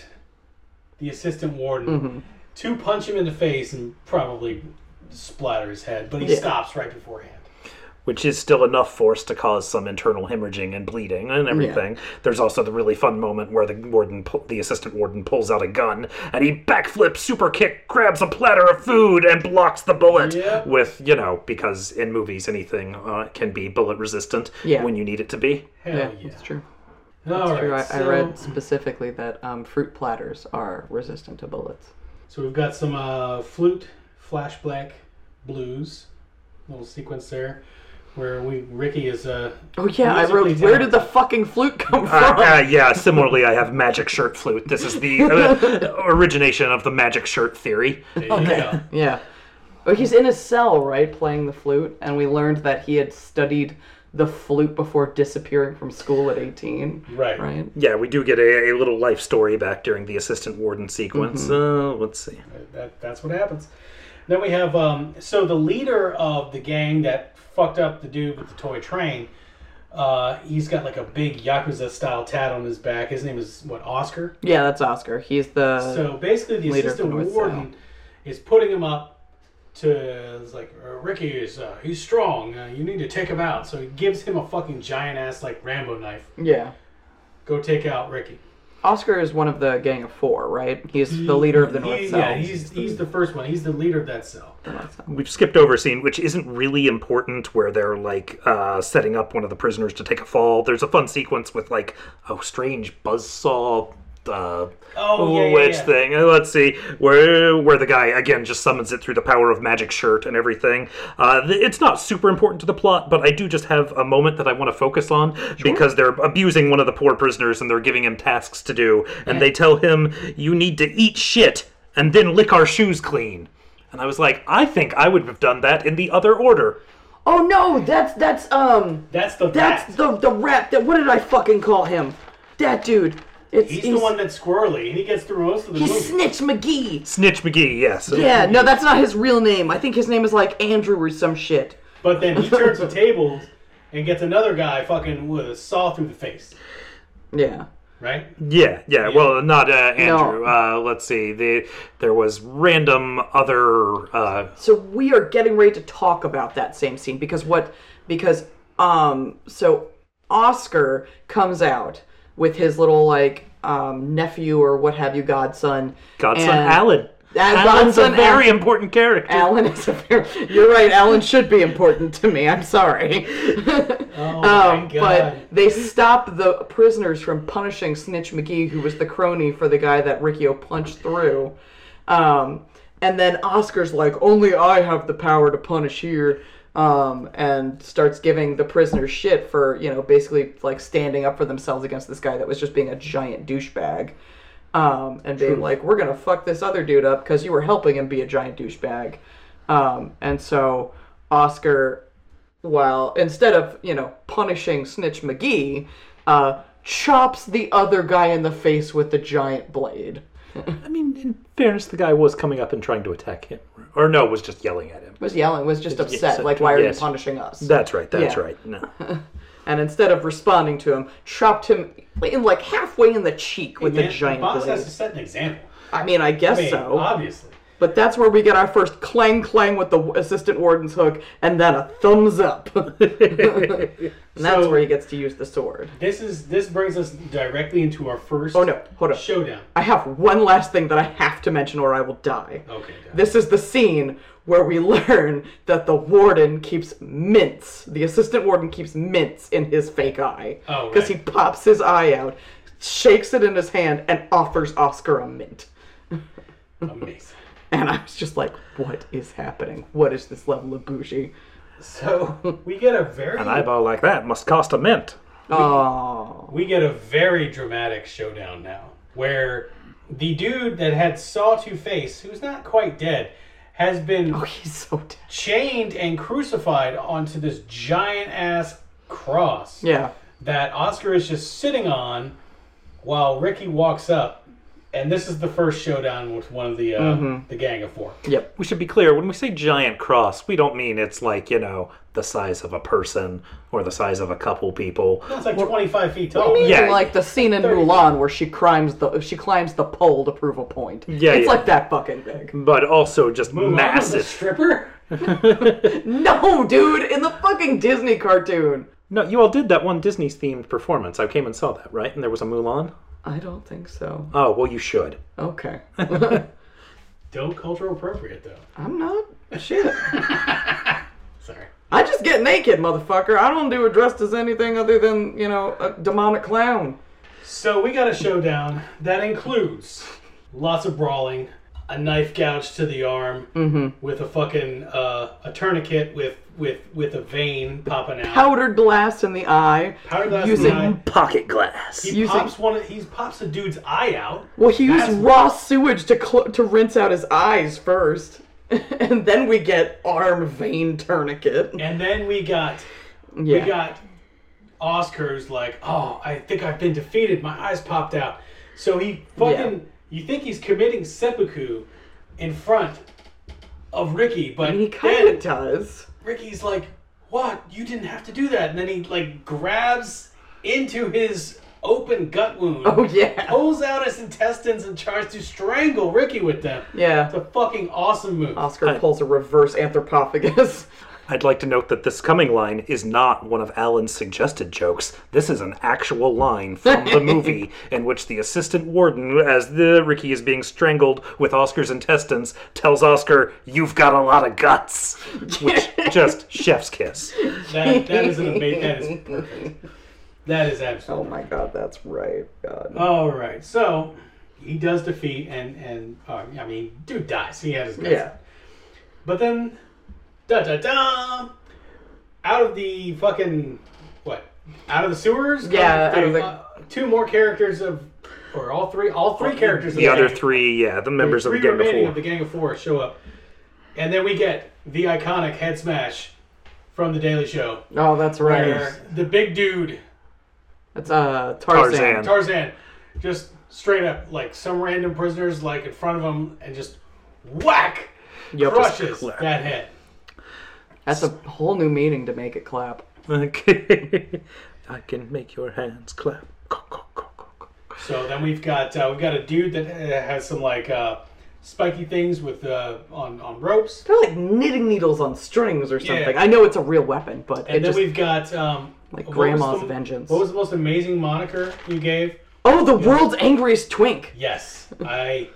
Speaker 3: the assistant warden to punch him in the face and probably splatter his head, but he stops right beforehand.
Speaker 5: which is still enough force to cause some internal hemorrhaging and bleeding and everything. There's also the really fun moment where the warden, pu- the assistant warden, pulls out a gun and he backflips, super kick, grabs a platter of food, and blocks the bullet
Speaker 3: Yep.
Speaker 5: with you know because in movies anything uh, can be bullet resistant
Speaker 4: Yeah.
Speaker 5: when you need it to be.
Speaker 3: Hell
Speaker 4: yeah,
Speaker 3: yeah.
Speaker 4: that's true.
Speaker 3: All
Speaker 4: That's
Speaker 3: right,
Speaker 4: true. I,
Speaker 3: so,
Speaker 4: I read specifically that um, fruit platters are resistant to bullets.
Speaker 3: so we've got some uh, flute, flashback, blues, little sequence there, where we Ricky is uh,
Speaker 4: Oh yeah, I
Speaker 3: Musically
Speaker 4: wrote. Where
Speaker 3: talented.
Speaker 4: did the fucking flute come from?
Speaker 5: Uh, uh, yeah. Similarly, I have magic shirt flute. This is the uh, origination of the magic shirt theory.
Speaker 3: there you go.
Speaker 4: Yeah. But he's in his cell, right, playing the flute, and we learned that he had studied the flute before disappearing from school at 18.
Speaker 3: Right.
Speaker 4: Right?
Speaker 5: Yeah, we do get a, a little life story back during the assistant warden sequence. Uh, let's see.
Speaker 3: That, that's what happens. Then we have um, so the leader of the gang that fucked up the dude with the toy train. Uh, he's got like a big yakuza style tat on his back. His name is what Oscar.
Speaker 4: Yeah, that's Oscar. He's the.
Speaker 3: So basically, the
Speaker 4: leader of the
Speaker 3: assistant
Speaker 4: uh, North
Speaker 3: warden is putting him up to it's like uh, Ricky is uh, he's strong. Uh, you need to take him out. So he gives him a fucking giant ass like Rambo knife.
Speaker 4: yeah.
Speaker 3: Go take out Ricky.
Speaker 4: Oscar is one of the gang of four, right? He's the leader of the North
Speaker 3: He,
Speaker 4: Cell.
Speaker 3: yeah, he's he's the first one. He's the leader of that cell.
Speaker 5: We've skipped over a scene which isn't really important where they're like uh, setting up one of the prisoners to take a fall. There's a fun sequence with like a strange buzzsaw. Uh,
Speaker 3: Oh, yeah, yeah,
Speaker 5: witch
Speaker 3: yeah.
Speaker 5: thing. Uh, Let's see where where the guy again just summons it through the power of magic shirt and everything. Uh, th- it's not super important to the plot, but I do just have a moment that I want to focus on because they're abusing one of the poor prisoners and they're giving him tasks to do, and they tell him you need to eat shit and then lick our shoes clean. And I was like, I think I would have done that in the other order.
Speaker 4: oh no, that's that's um,
Speaker 3: That's the
Speaker 4: that's
Speaker 3: rat.
Speaker 4: the the rat. That what did I fucking call him? That dude. It's
Speaker 3: He's, the one that's squirrely, and he gets through most of the movie.
Speaker 4: He's Snitch McGee.
Speaker 5: Snitch McGee, yes.
Speaker 4: Yeah, no, that's not his real name. I think his name is like Andrew or some shit.
Speaker 3: But then he turns the tables and gets another guy fucking with a saw through the face,
Speaker 4: Yeah.
Speaker 3: right?
Speaker 4: Um,
Speaker 5: Yeah, yeah. Well, not uh, Andrew.
Speaker 4: No.
Speaker 5: Uh, let's see. The, there was random other. Uh,
Speaker 4: so we are getting ready to talk about that same scene because what because um so oscar comes out with his little like um nephew or what have you godson
Speaker 5: Godson
Speaker 4: and-
Speaker 5: Allen. Alan's a
Speaker 4: Bronson,
Speaker 5: very
Speaker 4: Al-
Speaker 5: important character.
Speaker 4: Alan is a very. You're right. Alan should be important to me. I'm sorry.
Speaker 3: Oh
Speaker 4: Um,
Speaker 3: my god.
Speaker 4: but they stop the prisoners from punishing Snitch McGee, who was the crony for the guy that Riccio punched through. Um, and then Oscar's like, only I have the power to punish here. Um, and starts giving the prisoners shit for, you know, basically like standing up for themselves against this guy that was just being a giant douchebag. Um, and being like, we're going to fuck this other dude up because you were helping him be a giant douchebag. Um, and so Oscar while instead of you know punishing Snitch McGee, uh, chops the other guy in the face with the giant blade.
Speaker 5: I mean, in fairness, the guy was coming up and trying to attack him, or no, was just yelling at him.
Speaker 4: Was yelling, was just upset, like why are
Speaker 5: yes.
Speaker 4: you punishing us?
Speaker 5: That's right. That's
Speaker 4: Yeah.
Speaker 5: right. No.
Speaker 4: and instead of responding to him, chopped him in like halfway in the cheek with
Speaker 3: Man,
Speaker 4: the giant
Speaker 3: boss
Speaker 4: blade.
Speaker 3: has to set an example.
Speaker 4: I mean, I guess
Speaker 3: I mean,
Speaker 4: so.
Speaker 3: obviously.
Speaker 4: but that's where we get our first clang clang with the assistant warden's hook, and then a thumbs up. and that's
Speaker 3: So-
Speaker 4: where he gets to use the sword.
Speaker 3: This is this brings us directly into our first
Speaker 4: Oh no, hold up.
Speaker 3: showdown.
Speaker 4: I have one last thing that I have to mention or I will die.
Speaker 3: Okay, got it.
Speaker 4: This is the scene where we learn that the warden keeps mints. The assistant warden keeps mints in his fake eye.
Speaker 3: Oh,
Speaker 4: Because
Speaker 3: right.
Speaker 4: he pops his eye out, shakes it in his hand, and offers Oscar a mint.
Speaker 3: Amazing.
Speaker 4: And I was just like, what is happening? What is this level of bougie?
Speaker 3: So we get a very
Speaker 5: An eyeball like that must cost a mint.
Speaker 4: Oh.
Speaker 3: we get a very dramatic showdown now where the dude that had Sawtooth Face, who's not quite dead, has been
Speaker 4: He's so dead.
Speaker 3: chained and crucified onto this giant ass cross
Speaker 4: Yeah.
Speaker 3: that Oscar is just sitting on while Ricky walks up. And this is the first showdown with one of the uh,
Speaker 4: Mm-hmm.
Speaker 3: the gang of four.
Speaker 4: Yep.
Speaker 5: We should be clear when we say giant cross, we don't mean it's like, you know, the size of a person or the size of a couple people.
Speaker 3: It's like 25 feet tall.
Speaker 5: mean? Yeah.
Speaker 4: Like the scene in Mulan where she climbs the she climbs the pole to prove a point.
Speaker 5: Yeah,
Speaker 4: It's
Speaker 5: yeah.
Speaker 4: like that fucking big.
Speaker 5: But also just
Speaker 3: Mulan was a
Speaker 5: massive.
Speaker 3: stripper?
Speaker 4: No, dude, in the fucking Disney cartoon.
Speaker 5: No, you all did that one Disney themed performance. I came and saw that, right? And there was a Mulan?
Speaker 4: I don't think so.
Speaker 5: Oh, well, you should.
Speaker 4: Okay.
Speaker 3: Don't cultural appropriate, though.
Speaker 4: I'm not. Shit.
Speaker 3: Sorry.
Speaker 4: I just get naked, motherfucker. I don't do a dressed as anything other than, you know, a demonic clown.
Speaker 3: So we got a showdown that includes lots of brawling, a knife gouge to the arm with a fucking uh, a tourniquet with with with a vein popping out.
Speaker 4: Powdered glass in the eye.
Speaker 3: Powder glass in
Speaker 4: using-
Speaker 3: the eye.
Speaker 5: Pocket glass.
Speaker 3: He
Speaker 4: using-
Speaker 3: pops one. He pops a dude's eye out.
Speaker 4: Well, he used
Speaker 3: That's-
Speaker 4: raw sewage to cl- to rinse out his eyes first. and then we get arm vein tourniquet.
Speaker 3: And then we got
Speaker 4: Yeah.
Speaker 3: we got Oscar's like, oh, I think I've been defeated. My eyes popped out. So he fucking you think he's committing seppuku in front of Ricky, but
Speaker 4: he kind
Speaker 3: then
Speaker 4: of does.
Speaker 3: Ricky's like, what? You didn't have to do that. And then he like grabs into his open gut wound.
Speaker 4: Oh, yeah.
Speaker 3: Pulls out his intestines and tries to strangle Ricky with them. It's
Speaker 4: Yeah.
Speaker 3: a fucking awesome move.
Speaker 4: Oscar pulls a reverse anthropophagus.
Speaker 5: I'd like to note that this coming line is not one of Alan's suggested jokes. This is an actual line from the movie in which the assistant warden, as the Ricky is being strangled with Oscar's intestines, tells Oscar, "You've got a lot of guts," which just chef's kiss.
Speaker 3: That, that is an amazing. That is perfect. That is absolutely.
Speaker 4: Oh my god, that's right. God.
Speaker 3: All right, so he does defeat, and and uh, I mean, dude dies. He has his guts.
Speaker 4: Yeah.
Speaker 3: But then, da da da, out of the fucking what? Out of the sewers.
Speaker 4: Yeah,
Speaker 3: come
Speaker 4: out of the-
Speaker 3: uh, two more characters of, or all three, all three characters.
Speaker 5: The
Speaker 3: of
Speaker 5: other
Speaker 3: gang-
Speaker 5: three, yeah, the members of
Speaker 3: three
Speaker 5: the gang
Speaker 3: remaining
Speaker 5: of
Speaker 3: of the
Speaker 5: four.
Speaker 3: gang of four show up, and then we get the iconic head smash from the Daily Show,
Speaker 4: Oh, that's right.
Speaker 3: where the big dude
Speaker 4: That's uh Tarzan.
Speaker 5: Tarzan.
Speaker 3: Tarzan, just straight up, like some random prisoners, like in front of him, and just whack
Speaker 4: Yep.
Speaker 3: crushes that head.
Speaker 4: That's a whole new meaning to make it clap.
Speaker 5: Okay. I can make your hands clap.
Speaker 3: So then we've got uh, we've got a dude that uh, has some like uh, spiky things with uh, on on ropes,
Speaker 4: They're like knitting needles on strings or something.
Speaker 3: Yeah.
Speaker 4: I know it's a real weapon, but
Speaker 3: and
Speaker 4: it
Speaker 3: then
Speaker 4: just
Speaker 3: we've got um, what
Speaker 4: like
Speaker 3: was
Speaker 4: grandma's
Speaker 3: the-
Speaker 4: vengeance.
Speaker 3: What was the most amazing moniker you gave?
Speaker 4: oh, the world's angriest twink.
Speaker 3: Yes, I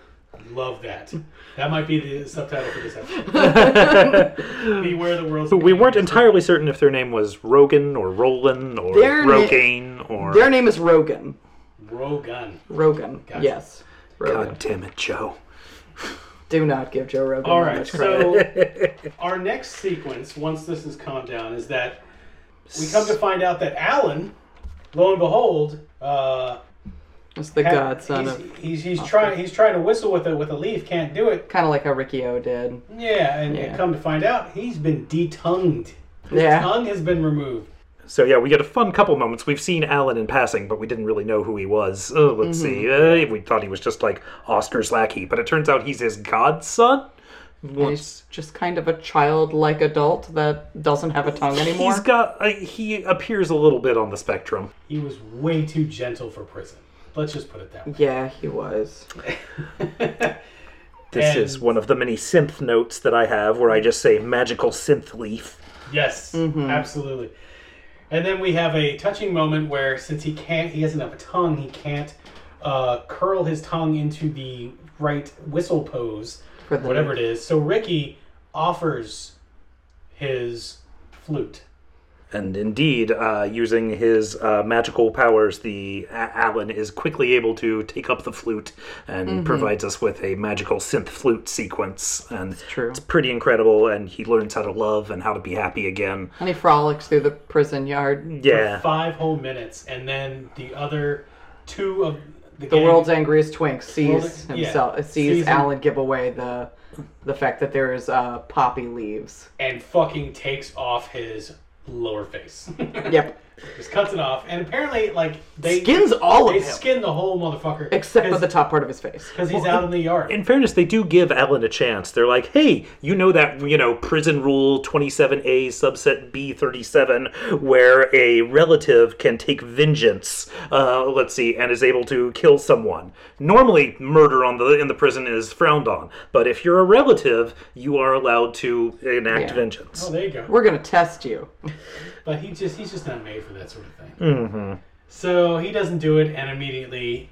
Speaker 3: Love that. That might be the subtitle for this episode. Beware the world's.
Speaker 5: We weren't entirely certain if their name was Rogan or Roland or
Speaker 4: Their na-
Speaker 5: Rogaine or.
Speaker 4: Their name is Rogan.
Speaker 3: Rogan.
Speaker 4: Rogan. Yes. Rogan.
Speaker 5: God damn it, Joe.
Speaker 4: Do not give Joe Rogan
Speaker 3: All
Speaker 4: that
Speaker 3: right.
Speaker 4: much credit.
Speaker 3: So our next sequence, once this is calmed down, is that we come to find out that Alan, lo and behold, uh,
Speaker 4: it's the
Speaker 3: had-
Speaker 4: godson
Speaker 3: he's,
Speaker 4: of
Speaker 3: he's, he's trying he's trying to whistle with a with a leaf, can't do it.
Speaker 4: kind of like how Ricky O did.
Speaker 3: Yeah, and, and
Speaker 4: Yeah.
Speaker 3: come to find out, he's been detongued. His
Speaker 4: Yeah.
Speaker 3: tongue has been removed.
Speaker 5: So yeah, we get a fun couple moments. We've seen Alan in passing, but we didn't really know who he was. Uh, let's see. Uh, we thought he was just like Oscar's lackey, but it turns out he's his godson.
Speaker 4: And He's just kind of a childlike adult that doesn't have a tongue anymore.
Speaker 5: He's got. Uh, he appears a little bit on the spectrum.
Speaker 3: He was way too gentle for prison. Let's just put it that way.
Speaker 4: yeah, he was.
Speaker 5: This
Speaker 3: And-
Speaker 5: is one of the many synth notes that I have, where I just say magical synth leaf.
Speaker 3: Yes,
Speaker 4: Mm-hmm.
Speaker 3: absolutely. And then we have a touching moment where, since he can't, he doesn't have a tongue, he can't uh, curl his tongue into the right whistle pose,
Speaker 4: For the-
Speaker 3: whatever it is. So Ricky offers his flute.
Speaker 5: And indeed, uh, using his uh, magical powers, the A- Alan is quickly able to take up the flute and
Speaker 4: Mm-hmm.
Speaker 5: provides us with a magical synth flute sequence. And
Speaker 4: true.
Speaker 5: it's pretty incredible. And he learns how to love and how to be happy again.
Speaker 4: And he frolics through the prison yard.
Speaker 5: Yeah,
Speaker 3: Five whole minutes, and then the other two of the,
Speaker 4: The world's angriest twink sees
Speaker 3: Well, yeah.
Speaker 4: himself sees
Speaker 3: Sees him.
Speaker 4: Alan give away the the fact that there is uh, poppy leaves.
Speaker 3: and fucking takes off his lower face,
Speaker 4: Yep.
Speaker 3: just cuts it off, and apparently, like they
Speaker 4: Skins all of
Speaker 3: they
Speaker 4: him
Speaker 3: skin the whole motherfucker
Speaker 4: except for
Speaker 3: because-
Speaker 4: the top part of his face.
Speaker 3: because he's out in the yard.
Speaker 5: in fairness, they do give Alan a chance. They're like, hey, you know that, you know, prison rule 27A, subset B37, where a relative can take vengeance, uh, let's see, and is able to kill someone. Normally, murder on the in the prison is frowned on, but if you're a relative, you are allowed to enact
Speaker 4: Yeah.
Speaker 5: vengeance.
Speaker 3: Oh, there you go.
Speaker 4: We're gonna test you.
Speaker 3: But he just he's just not made for that sort of thing. Mm-hmm. So he doesn't do it, and immediately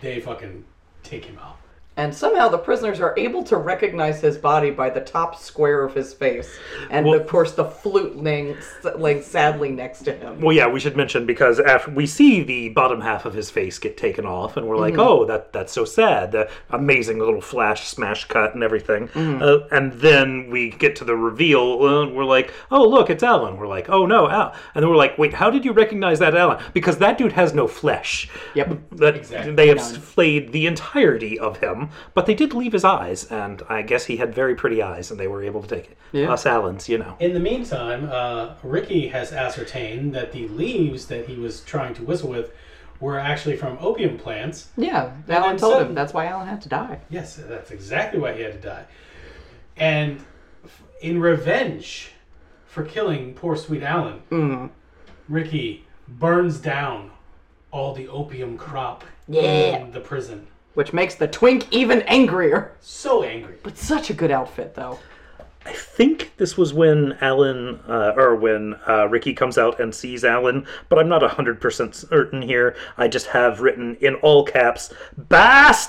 Speaker 3: they fucking take him out.
Speaker 4: And somehow the prisoners are able to recognize his body by the top square of his face, and of course the flute laying, laying sadly next to him.
Speaker 5: Well, yeah, we should mention because after we see the bottom half of his face get taken off, and we're
Speaker 4: Mm-hmm.
Speaker 5: like, "Oh, that that's so sad." The amazing little flash smash cut and everything,
Speaker 4: Mm-hmm.
Speaker 5: uh, and then we get to the reveal, uh, and we're like, "Oh, look, it's Alan." We're like, "Oh no, Al," and then we're like, "Wait, how did you recognize that Alan?" Because that dude has no flesh.
Speaker 4: Yep.
Speaker 5: That
Speaker 3: Exactly.
Speaker 5: they have flayed the entirety of him, but they did leave his eyes, and I guess he had very pretty eyes, and they were able to take it.
Speaker 4: Yeah.
Speaker 5: Us Alans, you know.
Speaker 3: In the meantime, uh, Ricky has ascertained that the leaves that he was trying to whistle with were actually from opium plants.
Speaker 4: Yeah, Alan
Speaker 3: then
Speaker 4: told
Speaker 3: sudden-
Speaker 4: him. That's why Alan had to die.
Speaker 3: Yes, that's exactly why he had to die. And f- in revenge for killing poor sweet Alan, Ricky burns down all the opium crop in the prison.
Speaker 4: Which makes the twink even angrier.
Speaker 3: So angry.
Speaker 4: But such a good outfit, though.
Speaker 5: think this was when Alan, uh, or when uh, Ricky comes out and sees Alan, but I'm not 100% certain here. I just have written in all caps,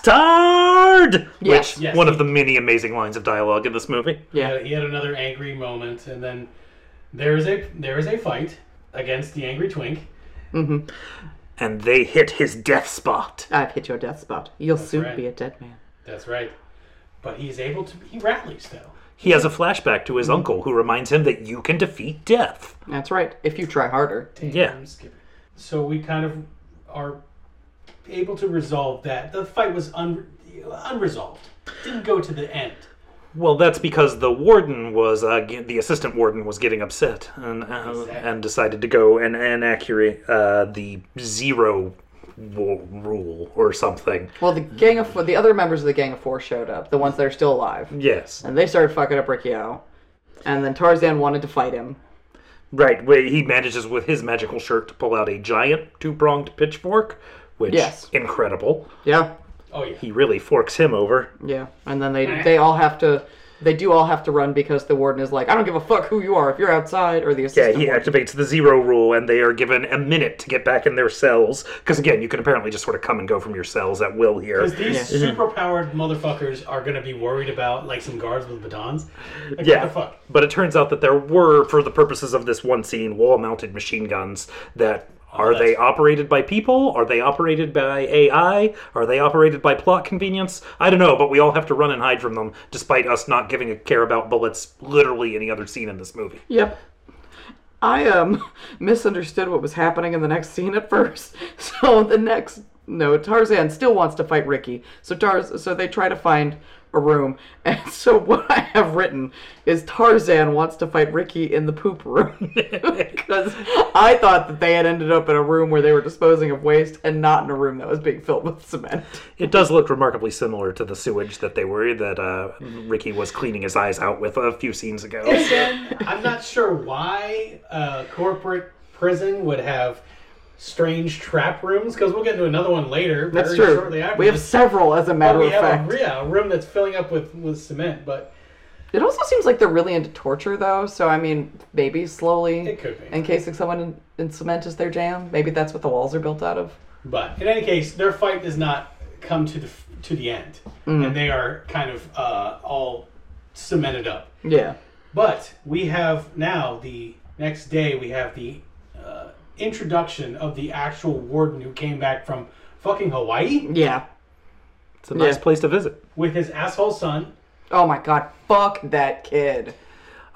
Speaker 5: Bastard!
Speaker 4: Yes.
Speaker 5: Which,
Speaker 3: Yes,
Speaker 5: one
Speaker 3: he-
Speaker 5: of the many amazing lines of dialogue in this movie.
Speaker 4: Yeah.
Speaker 3: He had another angry moment, and then there is a there is a fight against the angry twink.
Speaker 5: And they hit his death spot.
Speaker 4: I've hit your death spot. You'll soon
Speaker 3: right.
Speaker 4: be a dead man.
Speaker 3: That's right. But he's able to. He rallies though.
Speaker 5: He has a flashback to his uncle who reminds him that you can defeat death.
Speaker 4: That's right. If you try harder.
Speaker 5: Yeah.
Speaker 3: I'm skipping. So we kind of are able to resolve that. The fight was un, unresolved. Didn't go to the end.
Speaker 5: Well, that's because the warden was uh, ge- the assistant warden was getting upset and uh, and decided to go and inaccurate uh, the zero w- rule or something.
Speaker 4: Well, the gang of the other members of the gang of four showed up. The ones that are still alive,
Speaker 5: Yes,
Speaker 4: and they started fucking up Riccio. And then Tarzan wanted to fight him.
Speaker 5: right. Where he manages with his magical shirt to pull out a giant two pronged pitchfork, which
Speaker 4: Yes.
Speaker 5: incredible.
Speaker 4: Yeah.
Speaker 3: Oh yeah.
Speaker 5: He really forks him over.
Speaker 4: Yeah. And then they they all have to They do all have to run because the warden is like, I don't give a fuck who you are if you're outside or the
Speaker 5: Yeah,
Speaker 4: assistant.
Speaker 5: he
Speaker 4: warden.
Speaker 5: activates the zero rule, and they are given a minute to get back in their cells. Because again, you can apparently just sort of come and go from your cells at will here.
Speaker 3: Because these superpowered motherfuckers are gonna be worried about like some guards with batons. Like,
Speaker 5: Yeah,
Speaker 3: What the fuck?
Speaker 5: but it turns out that there were, for the purposes of this one scene, wall-mounted machine guns that. Are they operated by people? Are they operated by AI? Are they operated by plot convenience? I don't know, but we all have to run and hide from them, despite us not giving a care about bullets literally any other scene in this movie.
Speaker 4: Yep. I um misunderstood what was happening in the next scene at first. So the next no, Tarzan still wants to fight Ricky. So Tarz so they try to find a room. And so what I have written is Tarzan wants to fight Ricky in the poop room. Because I thought that they had ended up in a room where they were disposing of waste and not in a room that was being filled with cement.
Speaker 5: It does look remarkably similar to the sewage that they were that uh, Ricky was cleaning his eyes out with a few scenes ago.
Speaker 3: Again, I'm not sure why uh, corporate prison would have strange trap rooms because we'll get into another one later.
Speaker 4: That's
Speaker 3: very
Speaker 4: true.
Speaker 3: Shortly after
Speaker 4: We have
Speaker 3: this.
Speaker 4: several as a
Speaker 3: But
Speaker 4: matter
Speaker 3: we
Speaker 4: of
Speaker 3: have
Speaker 4: fact.
Speaker 3: A, yeah, a room that's filling up with, with cement, but
Speaker 4: It also seems like they're really into torture, though. So I mean, maybe slowly
Speaker 3: It could be.
Speaker 4: encasing someone in, in cement is their jam. Maybe that's what the walls are built out of.
Speaker 3: but in any case, their fight does not come to the f- to the end,
Speaker 4: Mm.
Speaker 3: and they are kind of uh, all cemented up.
Speaker 4: Yeah.
Speaker 3: But we have now the next day we have the uh, introduction of the actual warden who came back from fucking Hawaii
Speaker 4: Yeah.
Speaker 5: It's a nice
Speaker 4: Yeah.
Speaker 5: place to visit.
Speaker 3: with his asshole son.
Speaker 4: Oh my god! Fuck that kid.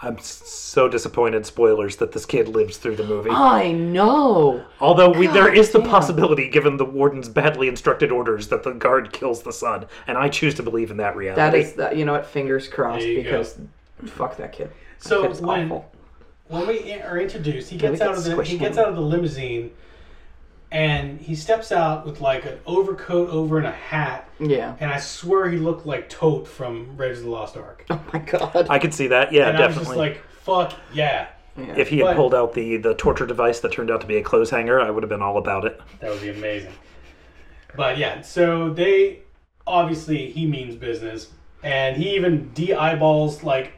Speaker 5: I'm s- so disappointed. Spoilers that this kid lives through the movie.
Speaker 4: I know.
Speaker 5: Although we, there is the possibility, given the warden's badly instructed orders, that the guard kills the son, and I choose to believe in that reality.
Speaker 4: That is that. You know what? Fingers crossed
Speaker 3: There you go.
Speaker 4: because fuck that kid. That
Speaker 3: So
Speaker 4: kid is
Speaker 3: when-
Speaker 4: awful.
Speaker 3: When we in- are introduced, he
Speaker 5: we
Speaker 3: gets
Speaker 5: get
Speaker 3: out of the he
Speaker 5: squished
Speaker 3: gets
Speaker 5: in.
Speaker 3: out of the limousine, and he steps out with like an overcoat over and a hat.
Speaker 4: Yeah.
Speaker 3: And I swear he looked like Tote from Raiders of the Lost Ark.
Speaker 4: Oh my god.
Speaker 5: I could see that. Yeah,
Speaker 3: and I was just
Speaker 5: definitely.
Speaker 3: like, fuck yeah,
Speaker 5: if he had
Speaker 3: But-
Speaker 5: pulled out the, the torture device that turned out to be a clothes hanger, I would have been all about it.
Speaker 3: that would be amazing. But yeah, so they obviously he means business, and he even de eyeballs like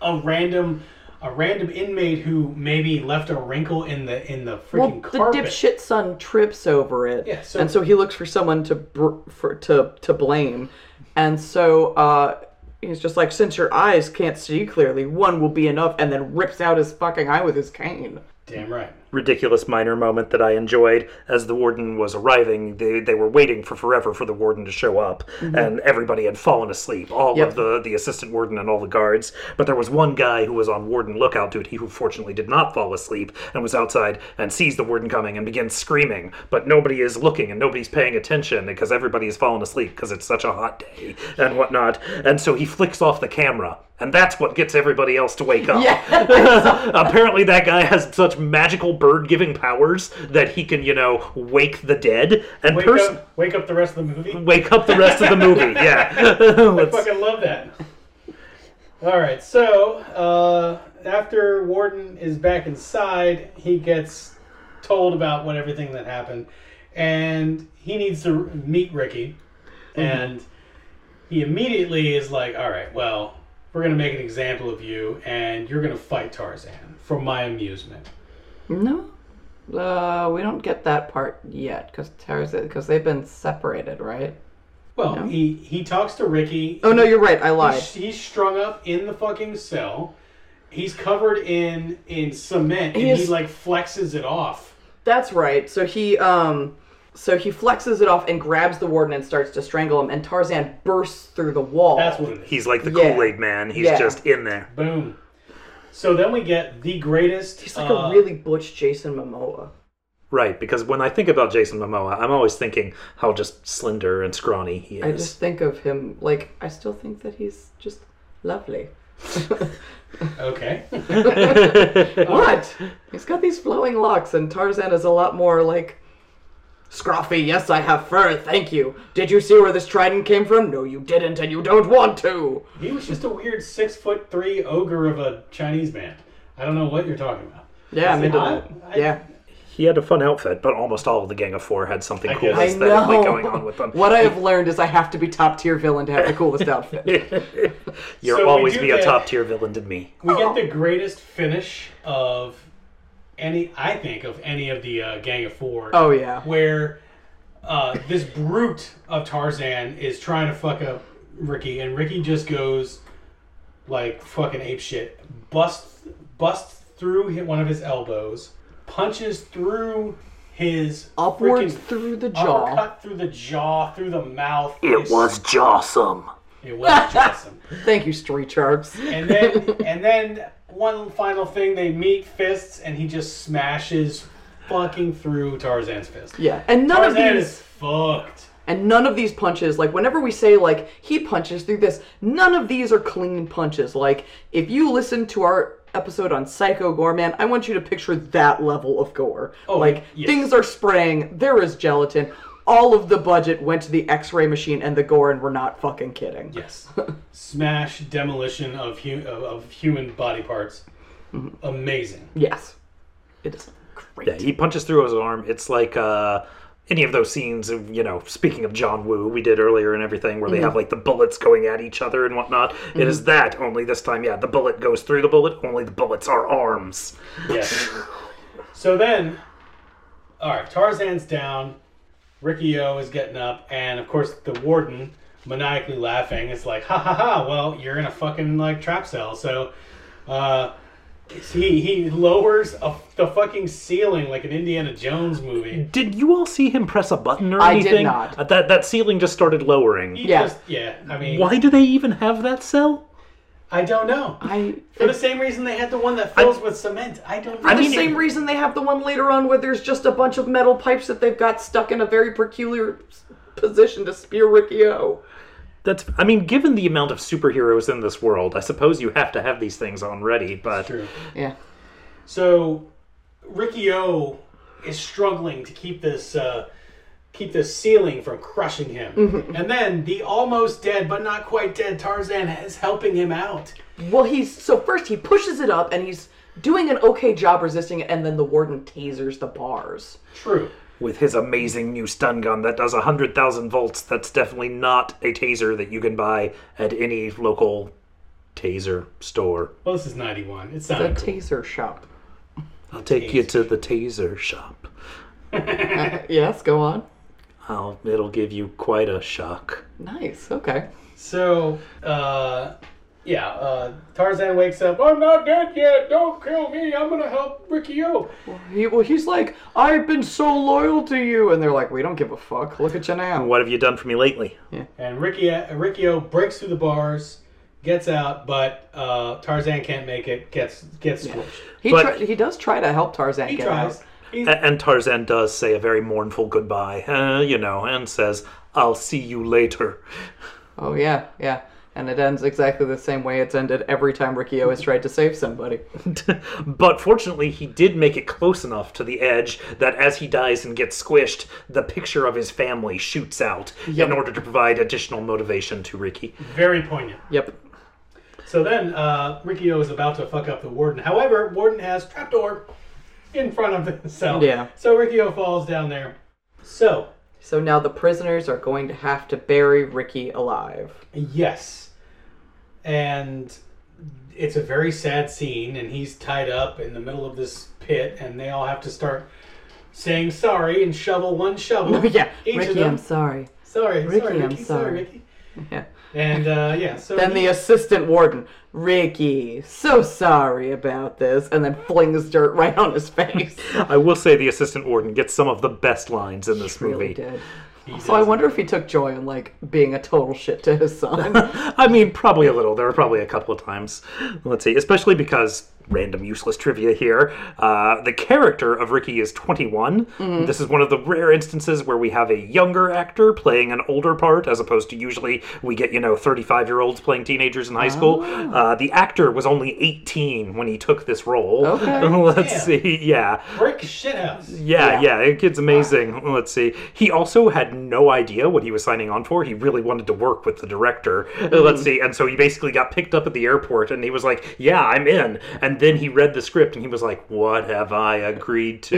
Speaker 3: a random. A random inmate who maybe left a wrinkle in the in the
Speaker 4: Well,
Speaker 3: freaking
Speaker 4: the
Speaker 3: carpet.
Speaker 4: dipshit son trips over it,
Speaker 3: Yeah, so-
Speaker 4: and so he looks for someone to br- for, to to blame, and so uh, he's just like, "Since your eyes can't see clearly, one will be enough," and then rips out his fucking eye with his cane.
Speaker 3: Damn right.
Speaker 5: ridiculous minor moment that I enjoyed as the warden was arriving. They, they were waiting for forever for the warden to show up, and everybody had fallen asleep all
Speaker 4: Mm-hmm. Yep.
Speaker 5: of the, the assistant warden and all the guards. But there was one guy who was on warden lookout duty who fortunately did not fall asleep and was outside and sees the warden coming and begins screaming. But nobody is looking and nobody's paying attention because everybody has fallen asleep because it's such a hot day and whatnot. And so he flicks off the camera. And that's what gets everybody else to wake up. Apparently, that guy has such magical bird giving powers that he can, you know, wake the dead and
Speaker 3: Wake
Speaker 5: pers-
Speaker 3: up! Wake up the rest of the movie.
Speaker 5: wake up the rest of the movie. Yeah. Let's-
Speaker 3: Fucking love that. All right, so uh, after Warden is back inside, he gets told about what everything that happened, and he needs to meet Ricky, and he immediately is like, "All right, well, we're gonna make an example of you, and you're gonna fight Tarzan for my amusement."
Speaker 4: No, uh, we don't get that part yet because because they've been separated, right?
Speaker 3: Well, he he talks to Ricky.
Speaker 4: Oh no, you're right. I lied.
Speaker 3: He's, he's strung up in the fucking cell. He's covered in in cement, and
Speaker 4: He
Speaker 3: he
Speaker 4: is-
Speaker 3: like flexes it off.
Speaker 4: That's right. So he um so he flexes it off and grabs the warden and starts to strangle him, and Tarzan bursts through the wall.
Speaker 3: That's what it is.
Speaker 5: He's like the
Speaker 4: Yeah.
Speaker 5: Kool Aid man. He's
Speaker 4: Yeah.
Speaker 5: just in there.
Speaker 3: Boom. So then we get the greatest.
Speaker 4: He's like
Speaker 3: uh,
Speaker 4: a really butch Jason Momoa.
Speaker 5: Right. Because when I think about Jason Momoa, I'm always thinking how just slender and scrawny he
Speaker 4: I
Speaker 5: is.
Speaker 4: just think of him like I still think that he's just lovely.
Speaker 3: okay.
Speaker 4: What? He's got these flowing locks, and Tarzan is a lot more like scruffy. Yes, I have fur. Thank you. Did you see where this trident came from? No, you didn't, and you don't want to.
Speaker 3: he was just a weird six foot three ogre of a Chinese man. I don't know what you're talking about.
Speaker 4: Yeah, I'm
Speaker 3: Is it
Speaker 4: into
Speaker 3: hot?
Speaker 4: that.
Speaker 3: I-
Speaker 4: yeah.
Speaker 5: he had a fun outfit, but almost all of the Gang of Four had something cool
Speaker 3: guess.
Speaker 4: I
Speaker 5: aesthetically
Speaker 4: know.
Speaker 5: going on with them.
Speaker 4: What I have learned is I have to be top tier villain to have the coolest outfit.
Speaker 5: You'll
Speaker 3: So we
Speaker 5: always
Speaker 3: do
Speaker 5: be a
Speaker 3: get-
Speaker 5: top tier villain to me.
Speaker 3: We
Speaker 4: Oh.
Speaker 3: get the greatest finish of any, I think, of any of the uh, Gang of Four.
Speaker 4: Oh yeah.
Speaker 3: where uh, this brute of Tarzan is trying to fuck up Ricky, and Ricky just goes like fucking ape shit, busts busts through hit one of his elbows, punches through his
Speaker 4: Upwards
Speaker 3: freaking
Speaker 4: through the jaw.
Speaker 3: uppercut through the jaw, through the mouth.
Speaker 5: jawsome.
Speaker 3: It was awesome.
Speaker 4: Thank you, Street Sharks.
Speaker 3: And then and then one final thing, they meet fists, and he just smashes fucking through Tarzan's fist.
Speaker 4: Yeah. And none of
Speaker 3: Tarzan
Speaker 4: these
Speaker 3: is fucked.
Speaker 4: And none of these punches, like whenever we say like he punches through this, none of these are clean punches. Like if you listen to our episode on Psycho Gore Man, I want you to picture that level of gore. like
Speaker 3: yes.
Speaker 4: things are spraying, there is gelatin. All of the budget went to the X-ray machine and the gore, and we're not fucking kidding.
Speaker 3: Yes. Smash demolition of hu- of, of human body parts.
Speaker 4: Mm-hmm.
Speaker 3: Amazing.
Speaker 4: Yes, it is great.
Speaker 5: Yeah, he punches through his arm. It's like uh, any of those scenes, of, you know, speaking of John Woo, we did earlier and everything, where they
Speaker 4: Mm-hmm.
Speaker 5: have like the bullets going at each other and whatnot. It is that, only this time, yeah, the bullet goes through the bullet, only the bullets are arms.
Speaker 3: Yes. so then, all right, Tarzan's down. Ricky O is getting up, and of course the warden, maniacally laughing, is like, "Ha ha ha! Well, you're in a fucking like trap cell." So, uh, he he lowers a, the fucking ceiling like an Indiana Jones movie.
Speaker 5: Did you all see him press a button or
Speaker 4: I did
Speaker 5: anything?
Speaker 4: not.
Speaker 5: Uh, That, that ceiling just started lowering.
Speaker 3: He
Speaker 4: Yeah.
Speaker 3: Just, yeah. I mean,
Speaker 5: Why do they even have that cell?
Speaker 3: I don't know.
Speaker 4: I.
Speaker 3: For the same reason they had the one that fills with cement. I don't know.
Speaker 5: I
Speaker 4: the
Speaker 5: mean,
Speaker 4: same reason they have the one later on where there's just a bunch of metal pipes that they've got stuck in a very peculiar s- position to spear Ricky O.
Speaker 5: That's I mean, given the amount of superheroes in this world, I suppose you have to have these things on ready, but
Speaker 3: True.
Speaker 4: Yeah.
Speaker 3: So Ricky O is struggling to keep this uh, keep this ceiling from crushing him.
Speaker 4: Mm-hmm.
Speaker 3: And then the almost dead but not quite dead Tarzan is helping him out.
Speaker 4: Well, he's so first he pushes it up and he's doing an okay job resisting it, and then the warden tasers the bars.
Speaker 3: True.
Speaker 5: with his amazing new stun gun that does 100,000 volts, that's definitely not a taser that you can buy at any local taser store.
Speaker 3: Well, this is 91. It's
Speaker 4: The
Speaker 3: not.
Speaker 4: taser shop.
Speaker 5: I'll take you to the taser shop.
Speaker 4: Yes, go on.
Speaker 5: I'll, it'll give you quite a shock.
Speaker 4: Nice. Okay.
Speaker 3: so, uh, yeah, uh, Tarzan wakes up. I'm not dead yet. Don't kill me. I'm going to help Ricky O.
Speaker 4: He, well, he's like, I've been so loyal to you, and they're like, we don't give a fuck. Look at you now.
Speaker 5: What have you done for me lately?
Speaker 3: And Ricky, Riccio breaks through the bars, gets out, but uh, Tarzan can't make it. Gets gets squished.
Speaker 4: He
Speaker 5: But-
Speaker 4: try, he does try to help Tarzan
Speaker 3: He
Speaker 4: get
Speaker 3: tries.
Speaker 4: out.
Speaker 3: He's,
Speaker 5: A- And Tarzan does say a very mournful goodbye, uh, you know, and says, I'll see you later.
Speaker 4: Oh yeah, yeah. And it ends exactly the same way it's ended every time Ricky O has tried to save somebody.
Speaker 5: But fortunately, he did make it close enough to the edge that as he dies and gets squished, the picture of his family shoots out in order to provide additional motivation to Ricky.
Speaker 3: very poignant.
Speaker 4: Yep.
Speaker 3: So then uh, Riccio is about to fuck up the warden. However, warden has trapdoor in front of the cell.
Speaker 4: Yeah.
Speaker 3: So Riccio falls down there. So
Speaker 4: So now the prisoners are going to have to bury Ricky alive.
Speaker 3: yes, and it's a very sad scene, and he's tied up in the middle of this pit, and they all have to start saying sorry and shovel one shovel.
Speaker 4: yeah,
Speaker 3: each of
Speaker 4: Ricky,
Speaker 3: them.
Speaker 4: I'm sorry.
Speaker 3: Sorry,
Speaker 4: Ricky,
Speaker 3: sorry,
Speaker 4: I'm
Speaker 3: Ricky, sorry.
Speaker 4: sorry.
Speaker 3: Ricky.
Speaker 4: Yeah.
Speaker 3: And uh, yeah, so
Speaker 4: Then the
Speaker 3: he-
Speaker 4: assistant warden, Ricky, so sorry about this, and then flings dirt right on his face.
Speaker 5: I will say the assistant warden gets some of the best lines in this
Speaker 4: really
Speaker 5: movie.
Speaker 4: did. So I wonder if he took joy in like being a total shit to his son.
Speaker 5: I mean, probably a little. There were probably a couple of times. Let's see, especially because random useless trivia here. Uh, the character of Ricky is 21. This is one of the rare instances where we have a younger actor playing an older part, as opposed to usually we get you know 35 year olds playing teenagers in high school. Uh, the actor was only 18 when he took this role.
Speaker 4: Okay.
Speaker 5: Let's
Speaker 3: Yeah.
Speaker 5: see. Yeah.
Speaker 3: brick shithouse.
Speaker 5: Yeah, yeah, it kid's amazing. Let's see. He also had no idea what he was signing on for. He really wanted to work
Speaker 3: Mm-hmm.
Speaker 5: with the director. Uh, Let's see. And so he basically got picked up at the airport and he was like, Yeah, I'm in. And And then he read the script and he was like, What have I agreed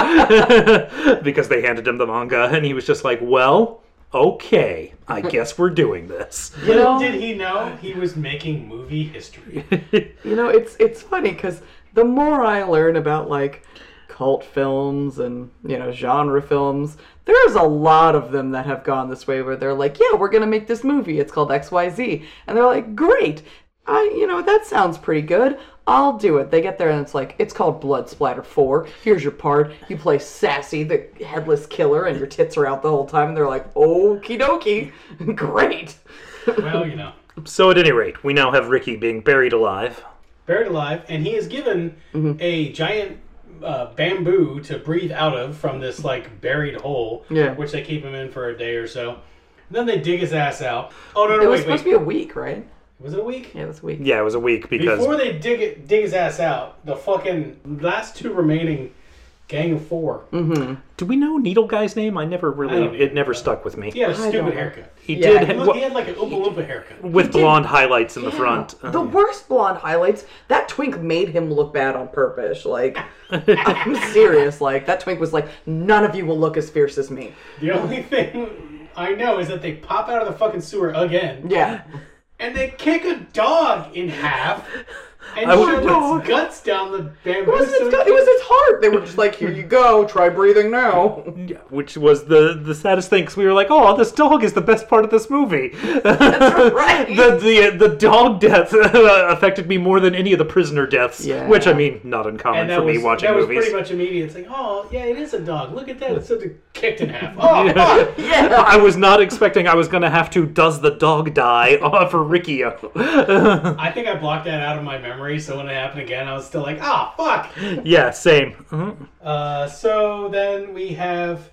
Speaker 5: to? because they handed him the manga and he was just like, Well, okay, I guess we're doing this.
Speaker 4: You know,
Speaker 3: Did he know he was making movie history?
Speaker 4: you know, it's it's funny because the more I learn about like cult films and you know genre films, there's a lot of them that have gone this way where they're like, yeah, we're gonna make this movie. It's called X Y Z, and they're like, great. I, you know, that sounds pretty good. I'll do it. They get there and it's like, it's called Blood Splatter 4. Here's your part. You play Sassy, the headless killer, and your tits are out the whole time. And they're like, okie dokie. Great.
Speaker 3: well, you know.
Speaker 5: So, at any rate, we now have Ricky being buried alive.
Speaker 3: buried alive, and he is given
Speaker 4: Mm-hmm.
Speaker 3: a giant uh, bamboo to breathe out of from this like buried hole,
Speaker 4: Yeah.
Speaker 3: which they keep him in for a day or so. And then they dig his ass out. Oh no, no,
Speaker 4: It was
Speaker 3: wait,
Speaker 4: supposed
Speaker 3: wait,
Speaker 4: to be a week, right?
Speaker 3: was it a week?
Speaker 4: Yeah, it was a week.
Speaker 5: Yeah, it was a week because.
Speaker 3: Before they dig it, dig his ass out, the fucking last two remaining gang of 4
Speaker 4: Mm.
Speaker 5: do we know Needle Guy's name? I never
Speaker 3: I don't
Speaker 5: really.
Speaker 3: even
Speaker 5: It never stuck with me.
Speaker 3: He had a
Speaker 4: don't know.
Speaker 3: stupid haircut.
Speaker 5: He
Speaker 4: Yeah,
Speaker 5: did.
Speaker 4: he
Speaker 3: He,
Speaker 5: ha-
Speaker 3: was,
Speaker 5: wha-
Speaker 3: he had like an Oompa Loompa haircut.
Speaker 5: with blonde highlights in the front. Uh,
Speaker 4: The worst blonde highlights. That twink made him look bad on purpose. Like, I'm serious. Like, that twink was like, none of you will look as fierce as me.
Speaker 3: The only thing I know is that they pop out of the fucking sewer again.
Speaker 4: Yeah.
Speaker 3: and they kick a dog in half and
Speaker 5: I would-
Speaker 3: shove
Speaker 4: Dog.
Speaker 3: its guts down the bamboo.
Speaker 4: It wasn't
Speaker 3: so
Speaker 4: his gut, it was his heart. They were just like, here you go, try breathing now.
Speaker 5: yeah, which was the the saddest thing because we were like, oh, this dog is the best part of this movie.
Speaker 4: right.
Speaker 5: the the the dog death uh, affected me more than any of the prisoner deaths.
Speaker 4: Yeah.
Speaker 5: Which I mean, not uncommon
Speaker 3: and that
Speaker 5: for
Speaker 3: was,
Speaker 5: me watching
Speaker 3: that was
Speaker 5: movies.
Speaker 3: pretty much immediate. It's like, oh yeah, it is a dog. Look at that. It's sort of kicked in half. Oh, fuck.
Speaker 4: Yeah.
Speaker 5: I was not expecting I was going to have to does the dog die uh, for uh, Riccio.
Speaker 3: I think I blocked that out of my memory. So when it happened again, I was still like, ah, fuck.
Speaker 5: yeah, same. Mhm.
Speaker 3: Uh, so then we have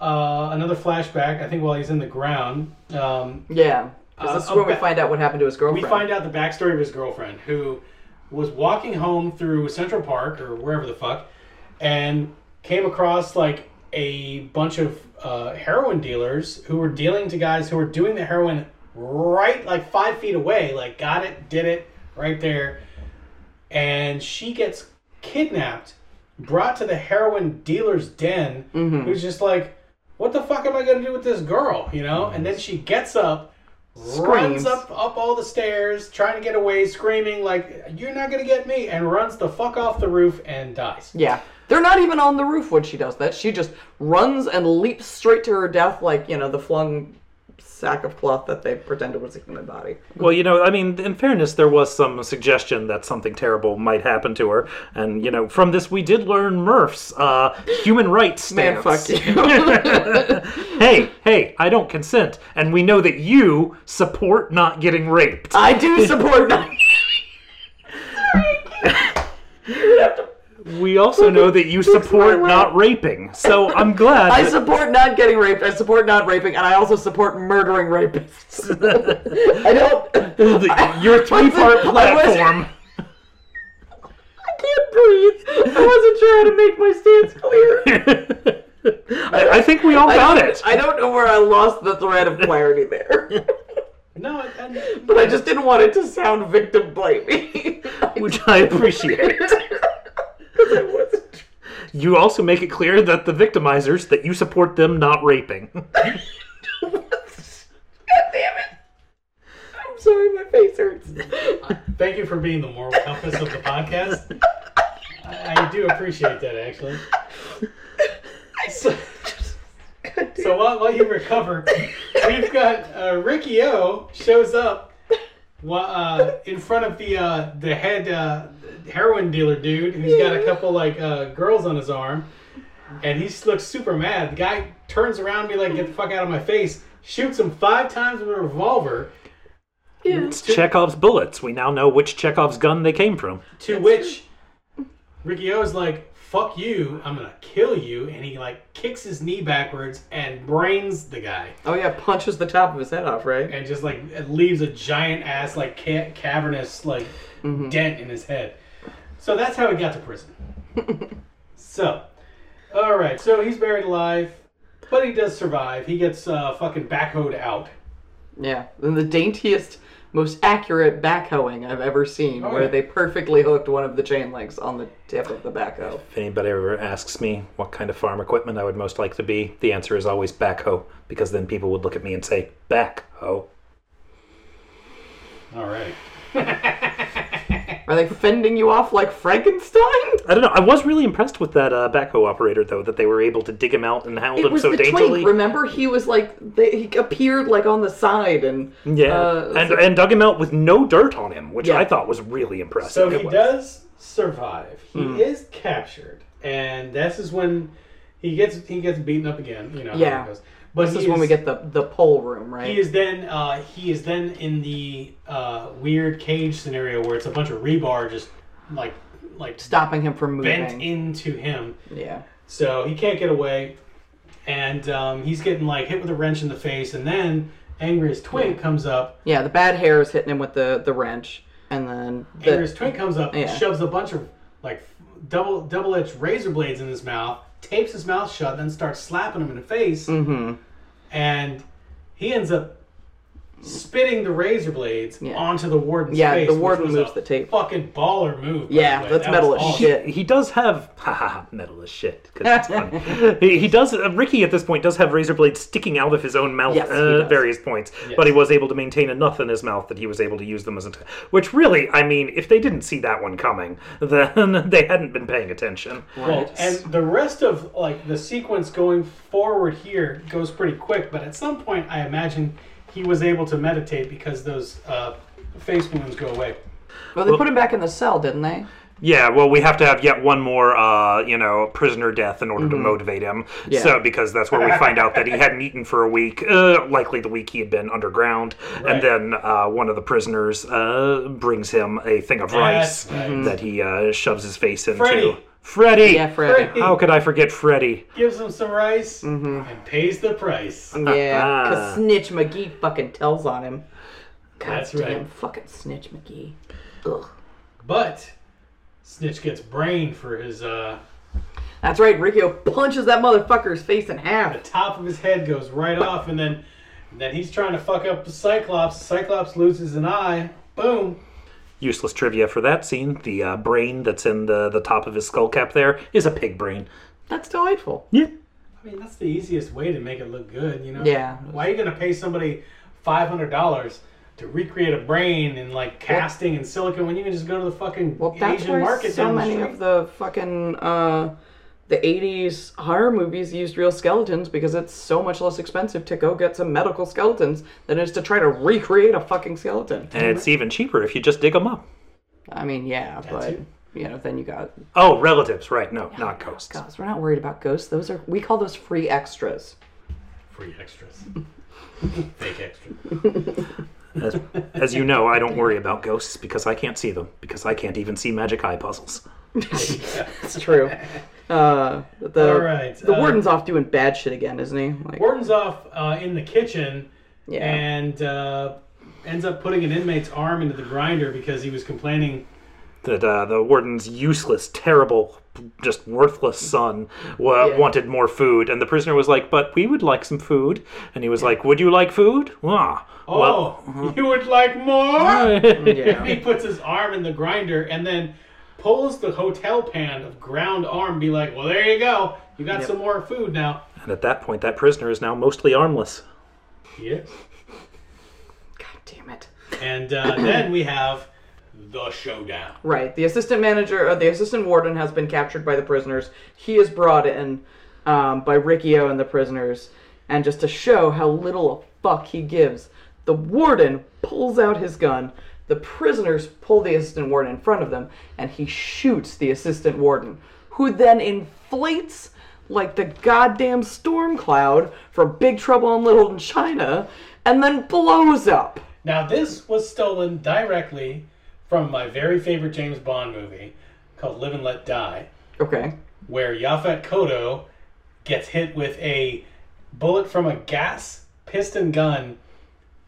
Speaker 3: uh, another flashback. I think while he's in the ground, um,
Speaker 4: Yeah. 'Cause this
Speaker 3: Uh,
Speaker 4: is where we
Speaker 3: okay.
Speaker 4: find out what happened to his
Speaker 3: we
Speaker 4: girlfriend.
Speaker 3: find out the backstory of his girlfriend who was walking home through Central Park or wherever the fuck and came across like a bunch of uh, heroin dealers who were dealing to guys who were doing the heroin right like five feet away like got it did it right there and she gets kidnapped brought to the heroin dealer's den who's just like what the fuck am i going to do with this girl you know and then she gets up runs
Speaker 4: Screams.
Speaker 3: up up all the stairs trying to get away screaming like you're not going to get me and runs the fuck off the roof and dies
Speaker 4: Yeah. They're not even on the roof when she does that. She just runs and leaps straight to her death, like, you know, the flung sack of cloth that they pretended was a human body.
Speaker 5: Well, you know, I mean, in fairness, there was some suggestion that something terrible might happen to her, and you know, from this we did learn Murph's uh, human rights
Speaker 4: Man,
Speaker 5: stance.
Speaker 4: fuck you.
Speaker 5: hey, hey, I don't consent, and we know that you support not getting raped.
Speaker 4: I do support not.
Speaker 5: We also know that you support
Speaker 4: way.
Speaker 5: not raping. So I'm glad.
Speaker 4: I
Speaker 5: that-
Speaker 4: support not getting raped. I support not raping, and I also support murdering rapists. I don't.
Speaker 5: that your three-part
Speaker 4: I wasn't- I wasn't-
Speaker 5: platform.
Speaker 4: I can't breathe. I wasn't sure how to make my stance clear.
Speaker 5: I, I think we all
Speaker 4: I
Speaker 5: got
Speaker 4: don't-
Speaker 5: it.
Speaker 4: I don't know where I lost the thread of clarity there,
Speaker 3: no I, I,
Speaker 4: but I just didn't want it to sound victim blaming.
Speaker 5: which I appreciate. You also make it clear that the victimizers that you support them not raping.
Speaker 4: I'm sorry, my face hurts.
Speaker 3: thank you for being the moral compass of the podcast I, I do appreciate that actually so, so while, while you recover we've got uh, ricky o shows up wa- uh, in front of the uh, the head uh, heroin dealer dude who's got a couple like uh, girls on his arm and he looks super mad the guy turns around and be like get the fuck out of my face shoots him five times with a revolver
Speaker 5: It's Chekhov's bullets. We now know which Chekhov's gun they came from.
Speaker 3: To which Ricky O is like, "Fuck you! I'm gonna kill you!" And he like kicks his knee backwards and brains the guy,
Speaker 4: Oh yeah, punches the top of his head off, right?
Speaker 3: and just like leaves a giant ass like ca- cavernous like
Speaker 4: Mm-hmm.
Speaker 3: dent in his head. So that's how he got to prison. so, all right. So he's buried alive, but he does survive. He gets uh, fucking backhoed out.
Speaker 4: Yeah. In the daintiest, most accurate backhoeing I've ever seen,
Speaker 3: Oh,
Speaker 4: where
Speaker 3: yeah.
Speaker 4: they perfectly hooked one of the chain links on the tip of the backhoe.
Speaker 5: If anybody ever asks me what kind of farm equipment I would most like to be, the answer is always backhoe, because then people would look at me and say, backhoe.
Speaker 3: All right.
Speaker 4: Are they fending you off like Frankenstein?
Speaker 5: I don't know. I was really impressed with that uh, backhoe operator, though, that they were able to dig him out and handle
Speaker 4: It
Speaker 5: him
Speaker 4: was
Speaker 5: so
Speaker 4: the
Speaker 5: daintily.
Speaker 4: twink. Remember, he was like they, he appeared like on the side and
Speaker 5: yeah,
Speaker 4: uh,
Speaker 5: and
Speaker 4: so-
Speaker 5: and dug him out with no dirt on him, which
Speaker 4: Yeah.
Speaker 5: I thought was really impressive.
Speaker 3: So
Speaker 5: It
Speaker 3: he
Speaker 5: was.
Speaker 3: does survive. He
Speaker 4: Hmm.
Speaker 3: is captured, and this is when he gets he gets beaten up again. You know. how it
Speaker 4: Yeah.
Speaker 3: goes. But
Speaker 4: this
Speaker 3: he
Speaker 4: is, when we get the the pole room, right?
Speaker 3: He is then uh, he is then in the uh, weird cage scenario where it's a bunch of rebar just like like
Speaker 4: stopping him from moving.
Speaker 3: bent into him,
Speaker 4: Yeah.
Speaker 3: so he can't get away, and um, he's getting like hit with a wrench in the face, and then Angriest Twink comes up.
Speaker 4: Yeah, the bad hair is hitting him with the, the wrench. And then the,
Speaker 3: Angriest Twink comes up,
Speaker 4: Yeah.
Speaker 3: and shoves a bunch of like double double edged razor blades in his mouth, tapes his mouth shut, then starts slapping him in the face,
Speaker 4: Mm-hmm.
Speaker 3: and he ends up spinning the razor blades
Speaker 4: Yeah.
Speaker 3: onto the warden's
Speaker 4: Yeah,
Speaker 3: face.
Speaker 4: the
Speaker 3: which
Speaker 4: warden
Speaker 3: was
Speaker 4: moves
Speaker 3: a
Speaker 4: the tape.
Speaker 3: Fucking baller move. by
Speaker 4: Yeah,
Speaker 3: the way.
Speaker 4: that's
Speaker 3: That
Speaker 4: metal
Speaker 3: was
Speaker 4: as
Speaker 3: awesome.
Speaker 4: shit.
Speaker 5: he does have ha ha ha, metal as shit 'cause it's funny. he, he does uh, Ricky at this point does have razor blades sticking out of his own mouth
Speaker 4: Yes, he
Speaker 5: uh,
Speaker 4: does.
Speaker 5: at various points, but he was able to maintain enough in his mouth that he was able to use them as a. T- which really, I mean, if they didn't see that one coming, then they hadn't been paying attention.
Speaker 3: Well, and the rest of like the sequence going forward here goes pretty quick, but at some point, I imagine he was able to meditate because those uh, face wounds go away.
Speaker 4: well, they put him back in the cell, didn't they?
Speaker 5: Yeah, well, we have to have yet one more, uh, you know, prisoner death in order to motivate him.
Speaker 4: Yeah.
Speaker 5: So because that's where we find out that he hadn't eaten for a week, uh, likely the week he had been underground,
Speaker 3: Right.
Speaker 5: and then uh, one of the prisoners uh, brings him a thing of rice
Speaker 3: That's right.
Speaker 5: that he uh, shoves his face into.
Speaker 3: Freddy.
Speaker 5: Freddy.
Speaker 4: Yeah, Freddy.
Speaker 5: How could I forget Freddy?
Speaker 3: Gives him some rice
Speaker 4: Mm-hmm.
Speaker 3: and pays the price.
Speaker 4: Yeah, because Snitch McGee fucking tells on him. God
Speaker 3: Uh-huh. That's
Speaker 4: damn
Speaker 3: right.
Speaker 4: fucking Snitch McGee. Ugh.
Speaker 3: But Snitch gets brain for his uh,
Speaker 4: That's right, Riccio punches that motherfucker's face in half.
Speaker 3: the top of his head goes right off, and then then he's trying to fuck up the Cyclops. Cyclops loses an eye. Boom.
Speaker 5: Useless trivia for that scene. The uh, brain that's in the, the top of his skull cap there is a pig brain.
Speaker 4: That's delightful.
Speaker 5: Yeah.
Speaker 3: I mean, that's the easiest way to make it look good, you know?
Speaker 4: Yeah.
Speaker 3: Why are you going to pay somebody $500 to recreate a brain in like casting and silicone when you can just go to the fucking
Speaker 4: Well, that's
Speaker 3: Asian
Speaker 4: where
Speaker 3: market
Speaker 4: so
Speaker 3: down the
Speaker 4: many
Speaker 3: street?
Speaker 4: of the fucking uh, the '80s horror movies used real skeletons because it's so much less expensive to go get some medical skeletons than it is to try to recreate a fucking skeleton.
Speaker 5: And it's even cheaper if you just dig them up.
Speaker 4: I mean, yeah, but
Speaker 3: it.
Speaker 4: you know, then you got
Speaker 5: Oh, relatives, right? No, not ghosts.
Speaker 4: ghosts. We're not worried about ghosts. Those are we call those free extras.
Speaker 3: Free extras. Fake extra.
Speaker 5: As, as you know, I don't worry about ghosts because I can't see them because I can't even see magic eye puzzles.
Speaker 4: It's true. Uh, the
Speaker 3: All right,
Speaker 4: the
Speaker 3: uh,
Speaker 4: warden's off doing bad shit again, isn't he? Like,
Speaker 3: Gordon's off uh, in the kitchen
Speaker 4: yeah.
Speaker 3: and uh, ends up putting an inmate's arm into the grinder because he was complaining.
Speaker 5: That uh, the warden's useless, terrible, just worthless son wa-
Speaker 4: Yeah.
Speaker 5: wanted more food, and the prisoner was like, "But we would like some food," and he was like, "Would you like food?" Ah, well,
Speaker 3: Oh, you would like more?
Speaker 4: yeah.
Speaker 3: he puts his arm in the grinder and then pulls the hotel pan of ground arm be like well there you go you got some more food now
Speaker 5: and at that point, that prisoner is now mostly armless.
Speaker 3: yes
Speaker 4: God damn it.
Speaker 3: and uh, then we have the showdown
Speaker 4: Right. The assistant manager, or the assistant warden, has been captured by the prisoners. He is brought in um, by Riccio and the prisoners, and just to show how little a fuck he gives, the warden pulls out his gun. The prisoners pull the assistant warden in front of them, and he shoots the assistant warden, who then inflates like the goddamn storm cloud from Big Trouble in Little China, and then blows up.
Speaker 3: now this was stolen directly from my very favorite james bond movie called live and let die
Speaker 4: Okay.
Speaker 3: where Yafet Kodo gets hit with a bullet from a gas piston gun.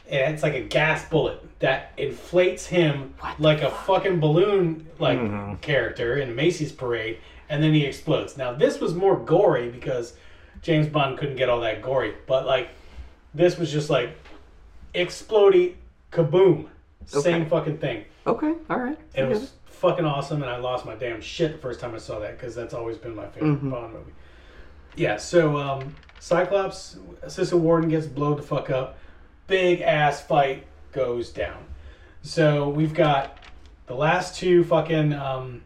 Speaker 3: And it's like a gas bullet that inflates him like a fucking balloon like character in Macy's parade and then he explodes. Now this was more gory because James Bond couldn't get all that gory, but like this was just like explodey kaboom. Same fucking thing.
Speaker 4: Okay, all right.
Speaker 3: And it was fucking awesome, and I lost my damn shit the first time I saw that because that's always been my favorite
Speaker 4: Mm-hmm.
Speaker 3: Bond movie. Yeah, so um, Cyclops, Assistant Warden gets blown the fuck up. Big ass fight goes down. So we've got the last two fucking um,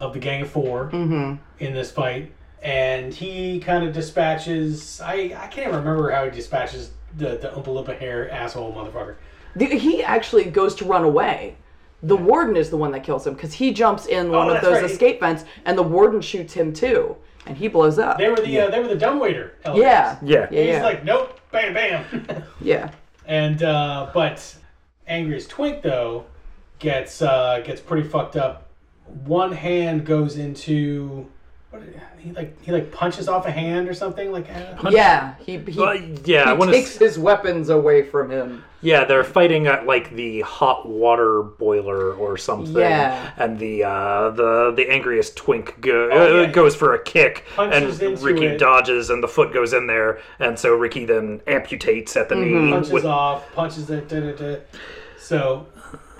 Speaker 3: of the Gang of 4
Speaker 4: Mm. Mm-hmm.
Speaker 3: in this fight, and he kind of dispatches. I, I can't even remember how he dispatches the, the Oompa Loompa hair asshole motherfucker.
Speaker 4: The, he actually goes to run away. The warden is the one that kills him because he jumps in one of
Speaker 3: Oh, that's
Speaker 4: those
Speaker 3: right.
Speaker 4: escape vents, and the warden shoots him too, and he blows up.
Speaker 3: They were the uh, they were the dumbwaiter. elevators.
Speaker 4: yeah,
Speaker 5: Yeah.
Speaker 4: yeah,
Speaker 3: He's
Speaker 4: yeah.
Speaker 3: like, nope, bam, bam.
Speaker 4: yeah.
Speaker 3: and uh, but angry as Twink though gets uh, gets pretty fucked up. One hand goes into what, he like he like punches off a hand or something like. Uh,
Speaker 4: Yeah, he he,
Speaker 5: Well, yeah, I
Speaker 4: he
Speaker 5: wanna
Speaker 4: takes
Speaker 5: s-
Speaker 4: his weapons away from him.
Speaker 5: Yeah, they're fighting at like the hot water boiler or something,
Speaker 4: Yeah.
Speaker 5: and the uh, the the angriest twink go-
Speaker 3: Oh, yeah.
Speaker 5: uh, goes for a kick,
Speaker 3: Punches
Speaker 5: and
Speaker 3: into
Speaker 5: Ricky
Speaker 3: it.
Speaker 5: dodges, and the foot goes in there, and so Ricky then amputates at the
Speaker 4: Mm-hmm.
Speaker 5: knee.
Speaker 3: punches
Speaker 5: With,
Speaker 3: off, punches it. Da, da, da. So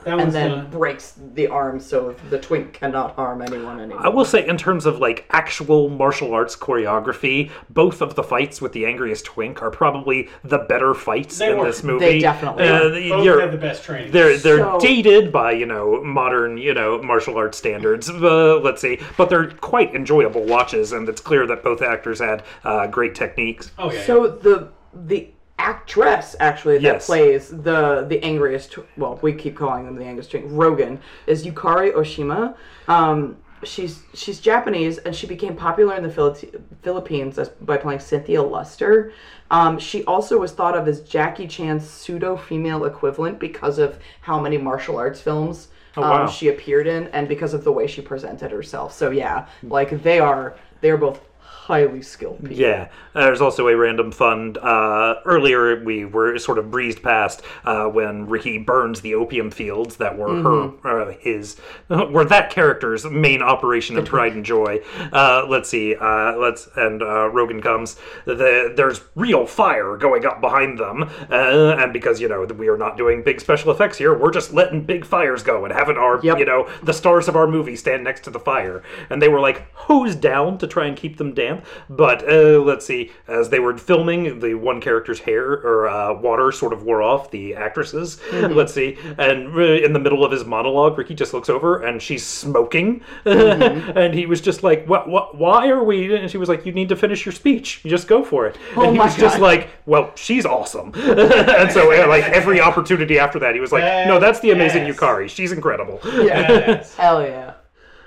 Speaker 3: that
Speaker 4: And
Speaker 3: was
Speaker 4: then
Speaker 3: done.
Speaker 4: breaks the arm so the twink cannot harm anyone anymore.
Speaker 5: I will say, in terms of like actual martial arts choreography, both of the fights with the angriest twink are probably the better fights
Speaker 3: They
Speaker 5: in
Speaker 3: were.
Speaker 5: this movie.
Speaker 4: definitely
Speaker 5: Uh,
Speaker 4: were.
Speaker 3: Both
Speaker 5: you're-
Speaker 3: had the best training.
Speaker 5: They're they're
Speaker 4: So-
Speaker 5: dated by you know modern you know martial arts standards. Uh, let's see, but they're quite enjoyable watches, and it's clear that both actors had uh, great techniques.
Speaker 3: oh yeah.
Speaker 4: So the the actress actually that
Speaker 5: Yes.
Speaker 4: plays the the angriest well we keep calling them the angriest twink Rogan is Yukari Oshima. Um, she's she's Japanese and she became popular in the Philippi- Philippines as, by playing Cynthia Luster. Um, she also was thought of as Jackie Chan's pseudo female equivalent because of how many martial arts films.
Speaker 5: Oh, wow.
Speaker 4: um, she appeared in and because of the way she presented herself so yeah like they are they're both highly skilled people
Speaker 5: Yeah, uh, there's also a random fund. Uh, earlier, we were sort of breezed past uh, when Ricky burns the opium fields that were her, uh, his, were that character's main operation in Pride and Joy. Uh, let's see, uh, let's and uh, Rogan comes. The, there's real fire going up behind them, uh, and because you know we are not doing big special effects here, we're just letting big fires go and having our
Speaker 4: Yep.
Speaker 5: you know the stars of our movie stand next to the fire, and they were like hosed down to try and keep them damp. But uh, let's see, as they were filming, the one character's hair or uh, water sort of wore off the actresses.
Speaker 4: Mm-hmm.
Speaker 5: Let's see, and uh, in the middle of his monologue, Ricky just looks over and she's smoking,
Speaker 4: Mm-hmm.
Speaker 5: and he was just like, "What? What? Why are we?" And she was like, "You need to finish your speech. You just go for it." and he
Speaker 4: Oh my
Speaker 5: was just
Speaker 4: God.
Speaker 5: like, "Well, she's awesome," and so uh, like every opportunity after that, he was like, "No, that's the amazing
Speaker 3: Yes.
Speaker 5: Yukari. She's incredible."
Speaker 3: Badass.
Speaker 4: Hell yeah.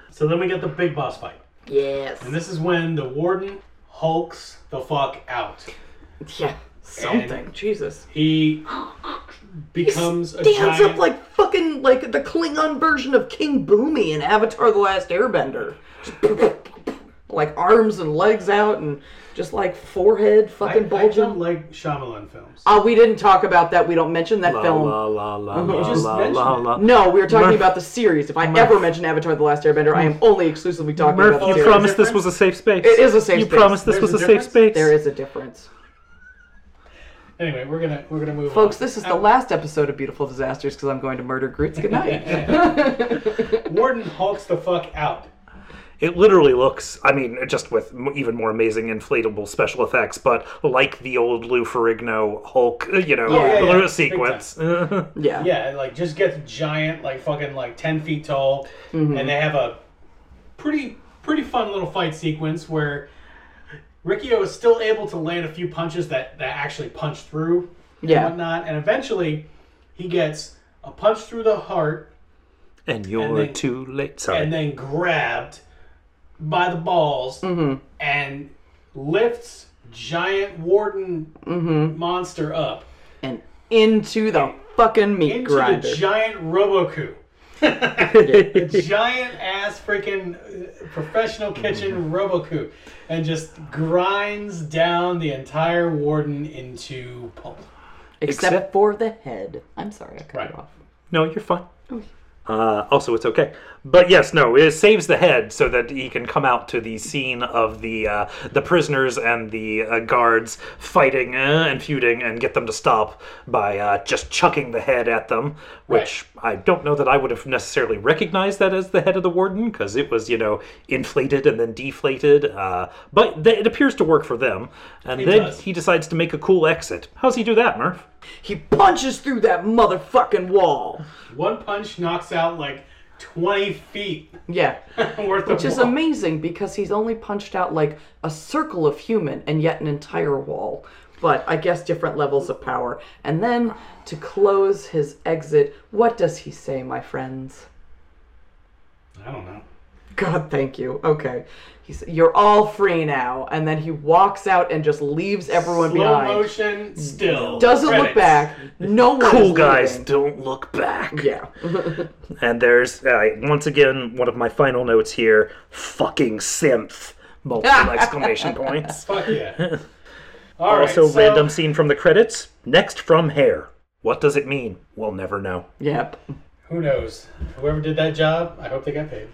Speaker 3: so then we get the big boss fight,
Speaker 4: Yes.
Speaker 3: and this is when the warden hulks the fuck out.
Speaker 4: Yeah. Something. Jesus.
Speaker 3: He becomes a
Speaker 4: Stands
Speaker 3: giant.
Speaker 4: up like fucking like the Klingon version of King Boomy in Avatar: The Last Airbender. like arms and legs out and just like forehead
Speaker 3: I,
Speaker 4: fucking
Speaker 3: I don't
Speaker 4: bulging.
Speaker 3: like Shyamalan films.
Speaker 4: Oh, we didn't talk about that. We don't mention that film.
Speaker 5: La la la la
Speaker 3: just
Speaker 5: la
Speaker 3: mentioned
Speaker 5: la
Speaker 3: it.
Speaker 5: la.
Speaker 4: No, we were talking about the series. If I ever mention Avatar: The Last Airbender, I am only exclusively talking
Speaker 5: Murph,
Speaker 4: about the
Speaker 5: you
Speaker 4: series.
Speaker 5: promised this was a safe space.
Speaker 4: It is a safe
Speaker 5: you
Speaker 4: space.
Speaker 5: promised this
Speaker 3: There's
Speaker 5: was
Speaker 3: a
Speaker 5: a safe
Speaker 3: difference?
Speaker 5: space.
Speaker 4: There is a difference.
Speaker 3: Anyway, we're gonna we're gonna move
Speaker 4: Folks,
Speaker 3: on.
Speaker 4: this is the last episode of Beautiful Disasters because I'm going to murder Groots. Good night.
Speaker 3: Warden hulks the fuck out.
Speaker 5: It literally looks, I mean, just with m- even more amazing inflatable special effects, but like the old Lou Ferrigno Hulk, uh, you know,
Speaker 3: yeah,
Speaker 5: little
Speaker 3: yeah.
Speaker 5: sequence.
Speaker 4: Yeah.
Speaker 3: Yeah, it, like just gets giant, like fucking like ten feet tall, and they have a pretty pretty fun little fight sequence where Riccio is still able to land a few punches that that actually punch through and
Speaker 4: Yeah.
Speaker 3: whatnot, and eventually he gets a punch through the heart
Speaker 5: and you're
Speaker 3: And then-
Speaker 5: too late. Sorry.
Speaker 3: and then grabbed by the balls
Speaker 4: Mm-hmm.
Speaker 3: and lifts giant warden
Speaker 4: Mm-hmm.
Speaker 3: monster up
Speaker 4: and into the fucking meat
Speaker 3: into
Speaker 4: grinder.
Speaker 3: the giant Roboku. the giant ass freaking uh, professional kitchen
Speaker 4: Mm-hmm.
Speaker 3: Roboku and just grinds down the entire warden into pulp.
Speaker 4: except,
Speaker 5: Except-
Speaker 4: for the head. I'm sorry, I cut
Speaker 3: Right.
Speaker 4: it off.
Speaker 5: no, you're fine. Uh, also, it's okay. But yes, no, it saves the head so that he can come out to the scene of the uh, the prisoners and the uh, guards fighting uh, and feuding and get them to stop by uh, just chucking the head at them, which I don't know that I would have necessarily recognized that as the head of the warden because it was, you know, inflated and then deflated. Uh, but th- it appears to work for them. And then
Speaker 3: does.
Speaker 5: he decides to make a cool exit. How's he do that, Murph?
Speaker 4: He punches through that motherfucking wall.
Speaker 3: One punch knocks out like 20 feet
Speaker 4: Yeah.
Speaker 3: worth
Speaker 4: Which
Speaker 3: of
Speaker 4: is
Speaker 3: wall.
Speaker 4: amazing because he's only punched out like a circle of human and yet an entire wall. But I guess different levels of power. And then to close his exit, what does he say, my friends?
Speaker 3: I don't know.
Speaker 4: God, thank you. Okay. He said, You're all free now. And then he walks out and just leaves everyone
Speaker 3: Slow
Speaker 4: behind.
Speaker 3: motion, still.
Speaker 4: Doesn't look
Speaker 3: Credits.
Speaker 4: back. No one
Speaker 5: Cool
Speaker 4: is
Speaker 5: guys,
Speaker 4: leaving.
Speaker 5: don't look back.
Speaker 4: Yeah.
Speaker 5: And there's uh, once again one of my final notes here. Fucking synth! Multiple exclamation points.
Speaker 3: Fuck yeah. All right.
Speaker 5: also,
Speaker 3: so-
Speaker 5: random scene from the credits. Next from hair. What does it mean? We'll never know.
Speaker 4: Yep.
Speaker 3: Who knows? Whoever did that job, I hope they got paid.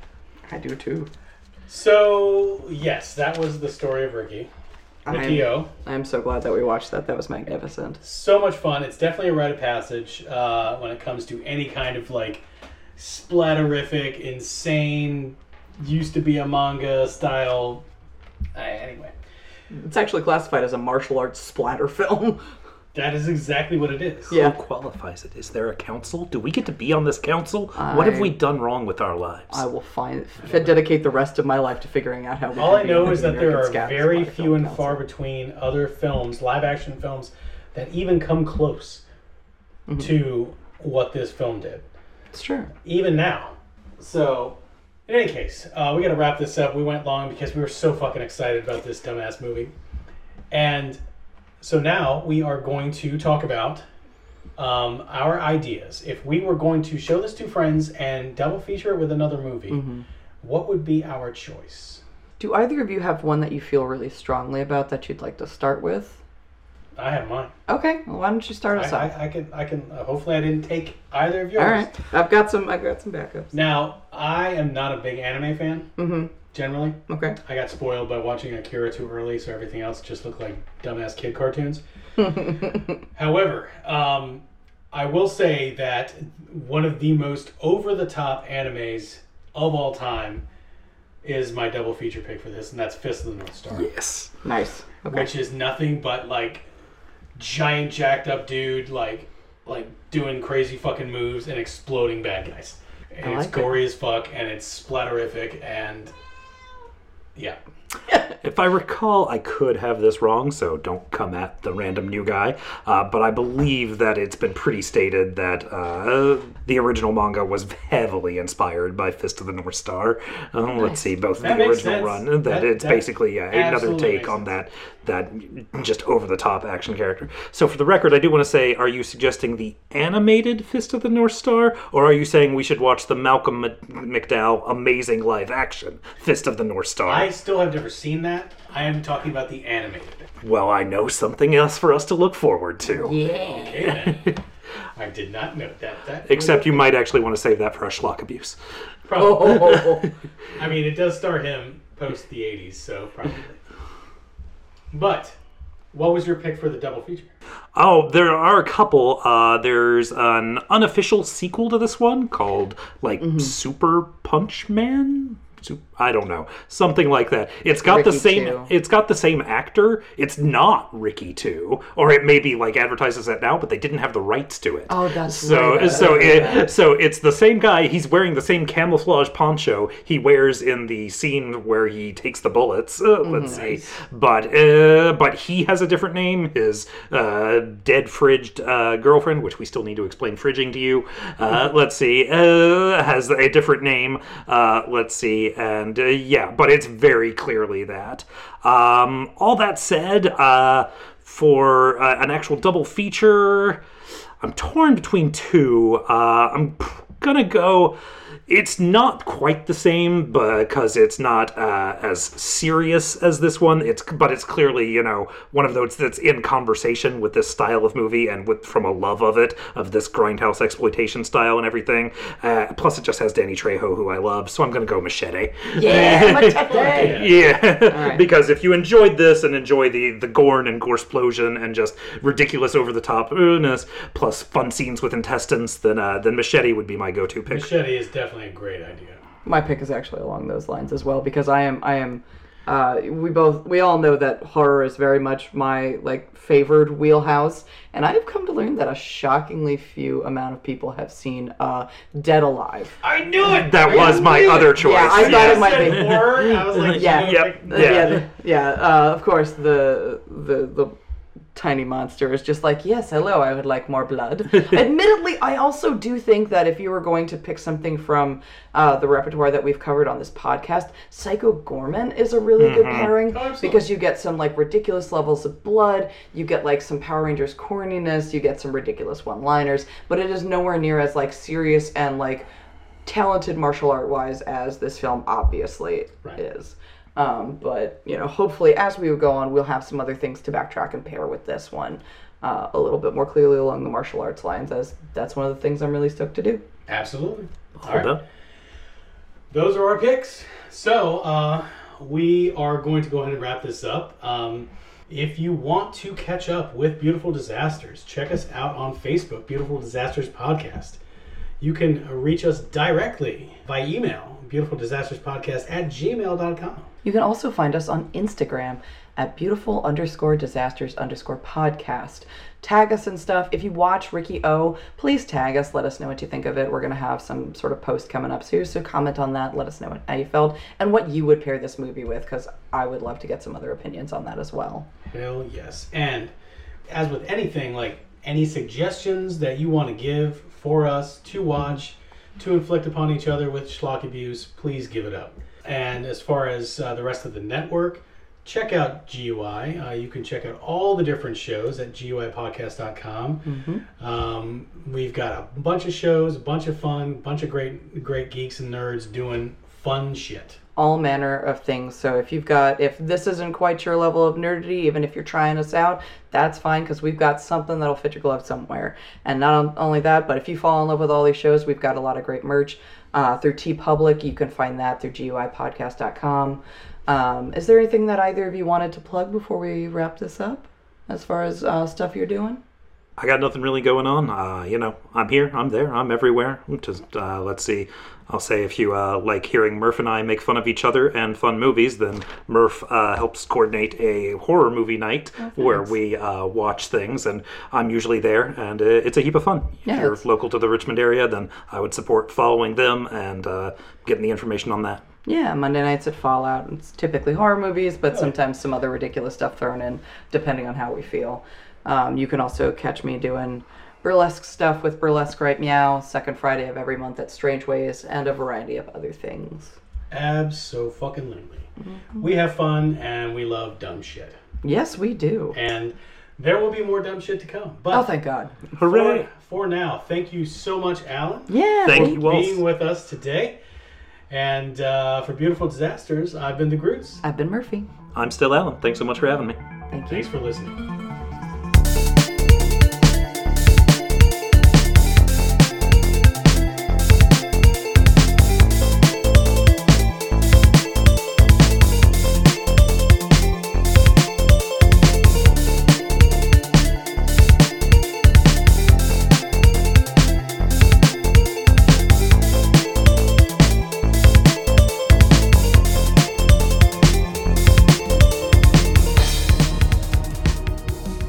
Speaker 4: I do too.
Speaker 3: So, yes, that was the story of Ricky. Ricky
Speaker 4: I'm,
Speaker 3: O.
Speaker 4: I'm so glad that we watched that. That was magnificent.
Speaker 3: so much fun. It's definitely a rite of passage uh, when it comes to any kind of like splatterific, insane, used to be a manga style. Uh, anyway,
Speaker 4: It's actually classified as a martial arts splatter film.
Speaker 3: that is exactly what it is.
Speaker 4: yeah.
Speaker 5: Who qualifies it? Is there a council? Do we get to be on this council? What have
Speaker 4: I-
Speaker 5: we done wrong with our lives?
Speaker 4: I will find f- dedicate the rest of my life to figuring out how. We
Speaker 3: All
Speaker 4: can
Speaker 3: I
Speaker 4: be
Speaker 3: know
Speaker 4: the
Speaker 3: is that there
Speaker 4: American
Speaker 3: are
Speaker 4: Scouts
Speaker 3: very
Speaker 4: Splatter
Speaker 3: few
Speaker 4: Film
Speaker 3: and
Speaker 4: Council.
Speaker 3: far between other films, live action films, that even come close
Speaker 4: Mm-hmm.
Speaker 3: to what this film did.
Speaker 4: It's true.
Speaker 3: even now. So, in any case, uh, we got to wrap this up. We went long because we were so fucking excited about this dumbass movie, and so now we are going to talk about um, our ideas. If we were going to show this to friends and double feature it with another movie,
Speaker 4: Mm-hmm.
Speaker 3: what would be our choice?
Speaker 4: Do either of you have one that you feel really strongly about that you'd like to start with?
Speaker 3: I have mine.
Speaker 4: Okay, well, why don't you start
Speaker 3: I,
Speaker 4: us off?
Speaker 3: I, I can. I can. Uh, hopefully, I didn't take either of yours.
Speaker 4: All right, I've got some. I've got some backups.
Speaker 3: Now, I am not a big anime fan.
Speaker 4: Mhm.
Speaker 3: Generally,
Speaker 4: Okay.
Speaker 3: I got spoiled by watching Akira too early, so everything else just looked like dumbass kid cartoons. However, um, I will say that one of the most over the top animes of all time is my double feature pick for this, and that's Fist of the North Star,
Speaker 5: yes.
Speaker 4: Nice. Okay.
Speaker 3: which is nothing but like giant jacked up dude, like like doing crazy fucking moves and exploding bad guys. And
Speaker 4: I
Speaker 3: it's
Speaker 4: like it.
Speaker 3: gory as fuck, and it's splatterific, and yeah.
Speaker 5: If I recall, I could have this wrong, so don't come at the random new guy. Uh, but I believe that it's been pretty stated that uh, the original manga was heavily inspired by Fist of the North Star. Um, let's see, both
Speaker 3: That
Speaker 5: the
Speaker 3: makes
Speaker 5: original
Speaker 3: sense.
Speaker 5: run, that,
Speaker 3: That-
Speaker 5: it's
Speaker 3: that
Speaker 5: basically uh, another
Speaker 3: absolutely
Speaker 5: take
Speaker 3: makes
Speaker 5: on that that just over the top action character. So for the record, I do want to say, are you suggesting the animated Fist of the North Star, or are you saying we should watch the Malcolm Mc- McDowell amazing live action Fist of the North Star?
Speaker 3: I still have never seen that. I am talking about the animated.
Speaker 5: Well, I know something else for us to look forward to.
Speaker 4: Yeah.
Speaker 3: Okay, then. I did not know that. That
Speaker 5: Except you might actually want to save that for our schlock abuse.
Speaker 3: probably,
Speaker 4: Oh,
Speaker 3: I mean, it does star him post the '80s, so probably. But what was your pick for the double feature?
Speaker 5: Oh, there are a couple. Uh, there's an unofficial sequel to this one called, like,
Speaker 4: Mm-hmm.
Speaker 5: Super Punch Man? Sup- I don't know, something like that. It's got the
Speaker 4: Ricky
Speaker 5: same.
Speaker 4: too.
Speaker 5: It's got the same actor. It's not Ricky too, or it maybe like advertises that now, but they didn't have the rights to it.
Speaker 4: Oh, that's
Speaker 5: so.
Speaker 4: right.
Speaker 5: So it, so it's the same guy. He's wearing the same camouflage poncho he wears in the scene where he takes the bullets. Uh,
Speaker 4: Mm,
Speaker 5: let's see, but uh, but he has a different name. His uh, dead fridged uh, girlfriend, which we still need to explain fridging to you.
Speaker 4: Mm-hmm.
Speaker 5: Uh, let's see, uh, has a different name. Uh, let's see, and uh, yeah, but it's very clearly that. Um, all that said, uh, for uh, an actual double feature. I'm torn between two. Uh, I'm p- gonna go. It's not quite the same because it's not uh, as serious as this one. It's but it's clearly you know one of those that's in conversation with this style of movie and with from a love of it of this grindhouse exploitation style and everything. Uh, plus, it just has Danny Trejo, who I love, so I'm gonna go machete.
Speaker 6: Yeah, machete.
Speaker 5: Yeah,
Speaker 4: right.
Speaker 5: because if you enjoyed this and enjoy the the gorn and gore explosion and just ridiculous over the topness plus fun scenes with intestines, then uh, then machete would be my go to pick.
Speaker 3: Machete is definitely a great idea.
Speaker 4: my pick is actually along those lines as well because I am I am uh, we both we all know that horror is very much my like favored wheelhouse and I have come to learn that a shockingly few amount of people have seen uh, Dead Alive.
Speaker 3: I knew it.
Speaker 5: That was my other choice.
Speaker 4: Yeah, I thought it might
Speaker 3: said
Speaker 4: be.
Speaker 3: word, I was like,
Speaker 4: Yeah.
Speaker 3: you know,
Speaker 5: Yep.
Speaker 3: like-
Speaker 4: Uh, yeah,
Speaker 5: Yeah.
Speaker 4: the- yeah. Uh, of course, the the the tiny monster is just like, yes, hello, I would like more blood. Admittedly, I also do think that if you were going to pick something from uh, the repertoire that we've covered on this podcast, Psycho Gorman is a really good pairing
Speaker 3: Oh,
Speaker 4: because you get some like ridiculous levels of blood, you get like some Power Rangers corniness, you get some ridiculous one-liners, but it is nowhere near as like serious and like talented martial art wise as this film obviously is. Um, but you know, hopefully, as we go on, we'll have some other things to backtrack and pair with this one uh, a little bit more clearly along the martial arts lines, as that's one of the things I'm really stoked to do.
Speaker 3: Absolutely. All
Speaker 5: Hold
Speaker 3: right.
Speaker 5: up.
Speaker 3: those are our picks. So uh, we are going to go ahead and wrap this up. Um, if you want to catch up with Beautiful Disasters, check us out on Facebook, Beautiful Disasters Podcast. You can reach us directly by email, Beautiful Disasters Podcast at gmail.com.
Speaker 4: You can also find us on Instagram at beautiful underscore disasters underscore podcast. Tag us and stuff. If you watch Ricky O, please tag us. Let us know what you think of it. We're going to have some sort of post coming up soon. So comment on that. Let us know what, how you felt and what you would pair this movie with because I would love to get some other opinions on that as well.
Speaker 3: Hell yes. And as with anything, like any suggestions that you want to give for us to watch, to inflict upon each other with schlock abuse, please give it up. And as far as uh, the rest of the network, check out GUI. Uh, you can check out all the different shows at GUIpodcast.com. Um, we've got a bunch of shows, a bunch of fun, bunch of great, great geeks and nerds doing fun shit.
Speaker 4: all manner of things. So if you've got, if this isn't quite your level of nerdity, even if you're trying us out, that's fine because we've got something that'll fit your glove somewhere. And not on- only that, but if you fall in love with all these shows, we've got a lot of great merch uh, through T Public. You can find that through GUIPodcast.com. Um, is there anything that either of you wanted to plug before we wrap this up as far as uh, stuff you're doing?
Speaker 5: I got nothing really going on. Uh, you know, I'm here, I'm there, I'm everywhere. I'm Just uh, let's see. I'll say if you uh, like hearing Murph and I make fun of each other and fun movies, then Murph uh, helps coordinate a horror movie
Speaker 4: Oh,
Speaker 5: night where we uh, watch things, and I'm usually there, and uh, it's a heap of fun.
Speaker 4: Yeah,
Speaker 5: if you're
Speaker 4: it's-
Speaker 5: local to the Richmond area, then I would support following them and uh, getting the information on that.
Speaker 4: Yeah, Monday nights at Fallout. It's typically horror movies, but sometimes some other ridiculous stuff thrown in, depending on how we feel. Um, you can also catch me doing burlesque stuff with Burlesque Right Meow, second Friday of every month at Strange Ways, and a variety of other things.
Speaker 3: Abso fucking literally.
Speaker 4: Mm-hmm.
Speaker 3: We have fun and we love dumb shit.
Speaker 4: Yes, we do.
Speaker 3: And there will be more dumb shit to come. But
Speaker 4: Oh, thank God.
Speaker 5: Hooray!
Speaker 3: for, for now, thank you so much, Alan, for
Speaker 4: Yeah.
Speaker 5: Thank you all.
Speaker 3: being with us today. And uh, for Beautiful Disasters, I've been the Groots.
Speaker 4: I've been Murphy.
Speaker 5: I'm still Alan. Thanks so much for having me.
Speaker 4: Thank you.
Speaker 3: Thanks for listening.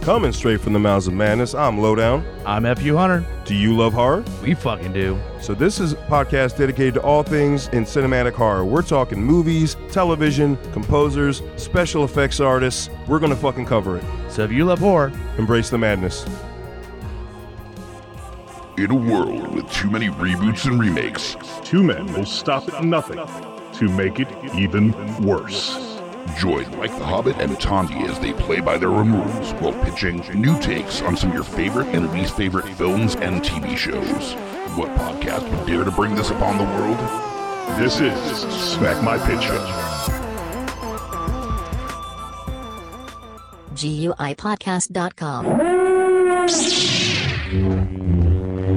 Speaker 1: Coming straight from the mouths of madness, I'm Lowdown.
Speaker 7: I'm FU Hunter.
Speaker 1: Do you love horror?
Speaker 7: We fucking do.
Speaker 1: So this is a podcast dedicated to all things in cinematic horror. We're talking movies, television, composers, special effects artists. We're gonna fucking cover it.
Speaker 7: So if you love horror,
Speaker 1: Embrace the madness.
Speaker 8: In a world with too many reboots and remakes,
Speaker 9: Two men will stop at nothing to make it even worse.
Speaker 8: Join Like the Hobbit and Tondi as they play by their own rules while pitching new takes on some of your favorite and least favorite films and TV shows. What podcast would dare to bring this upon the world? This is Smack My Pitch Up.
Speaker 9: GUIPodcast.com.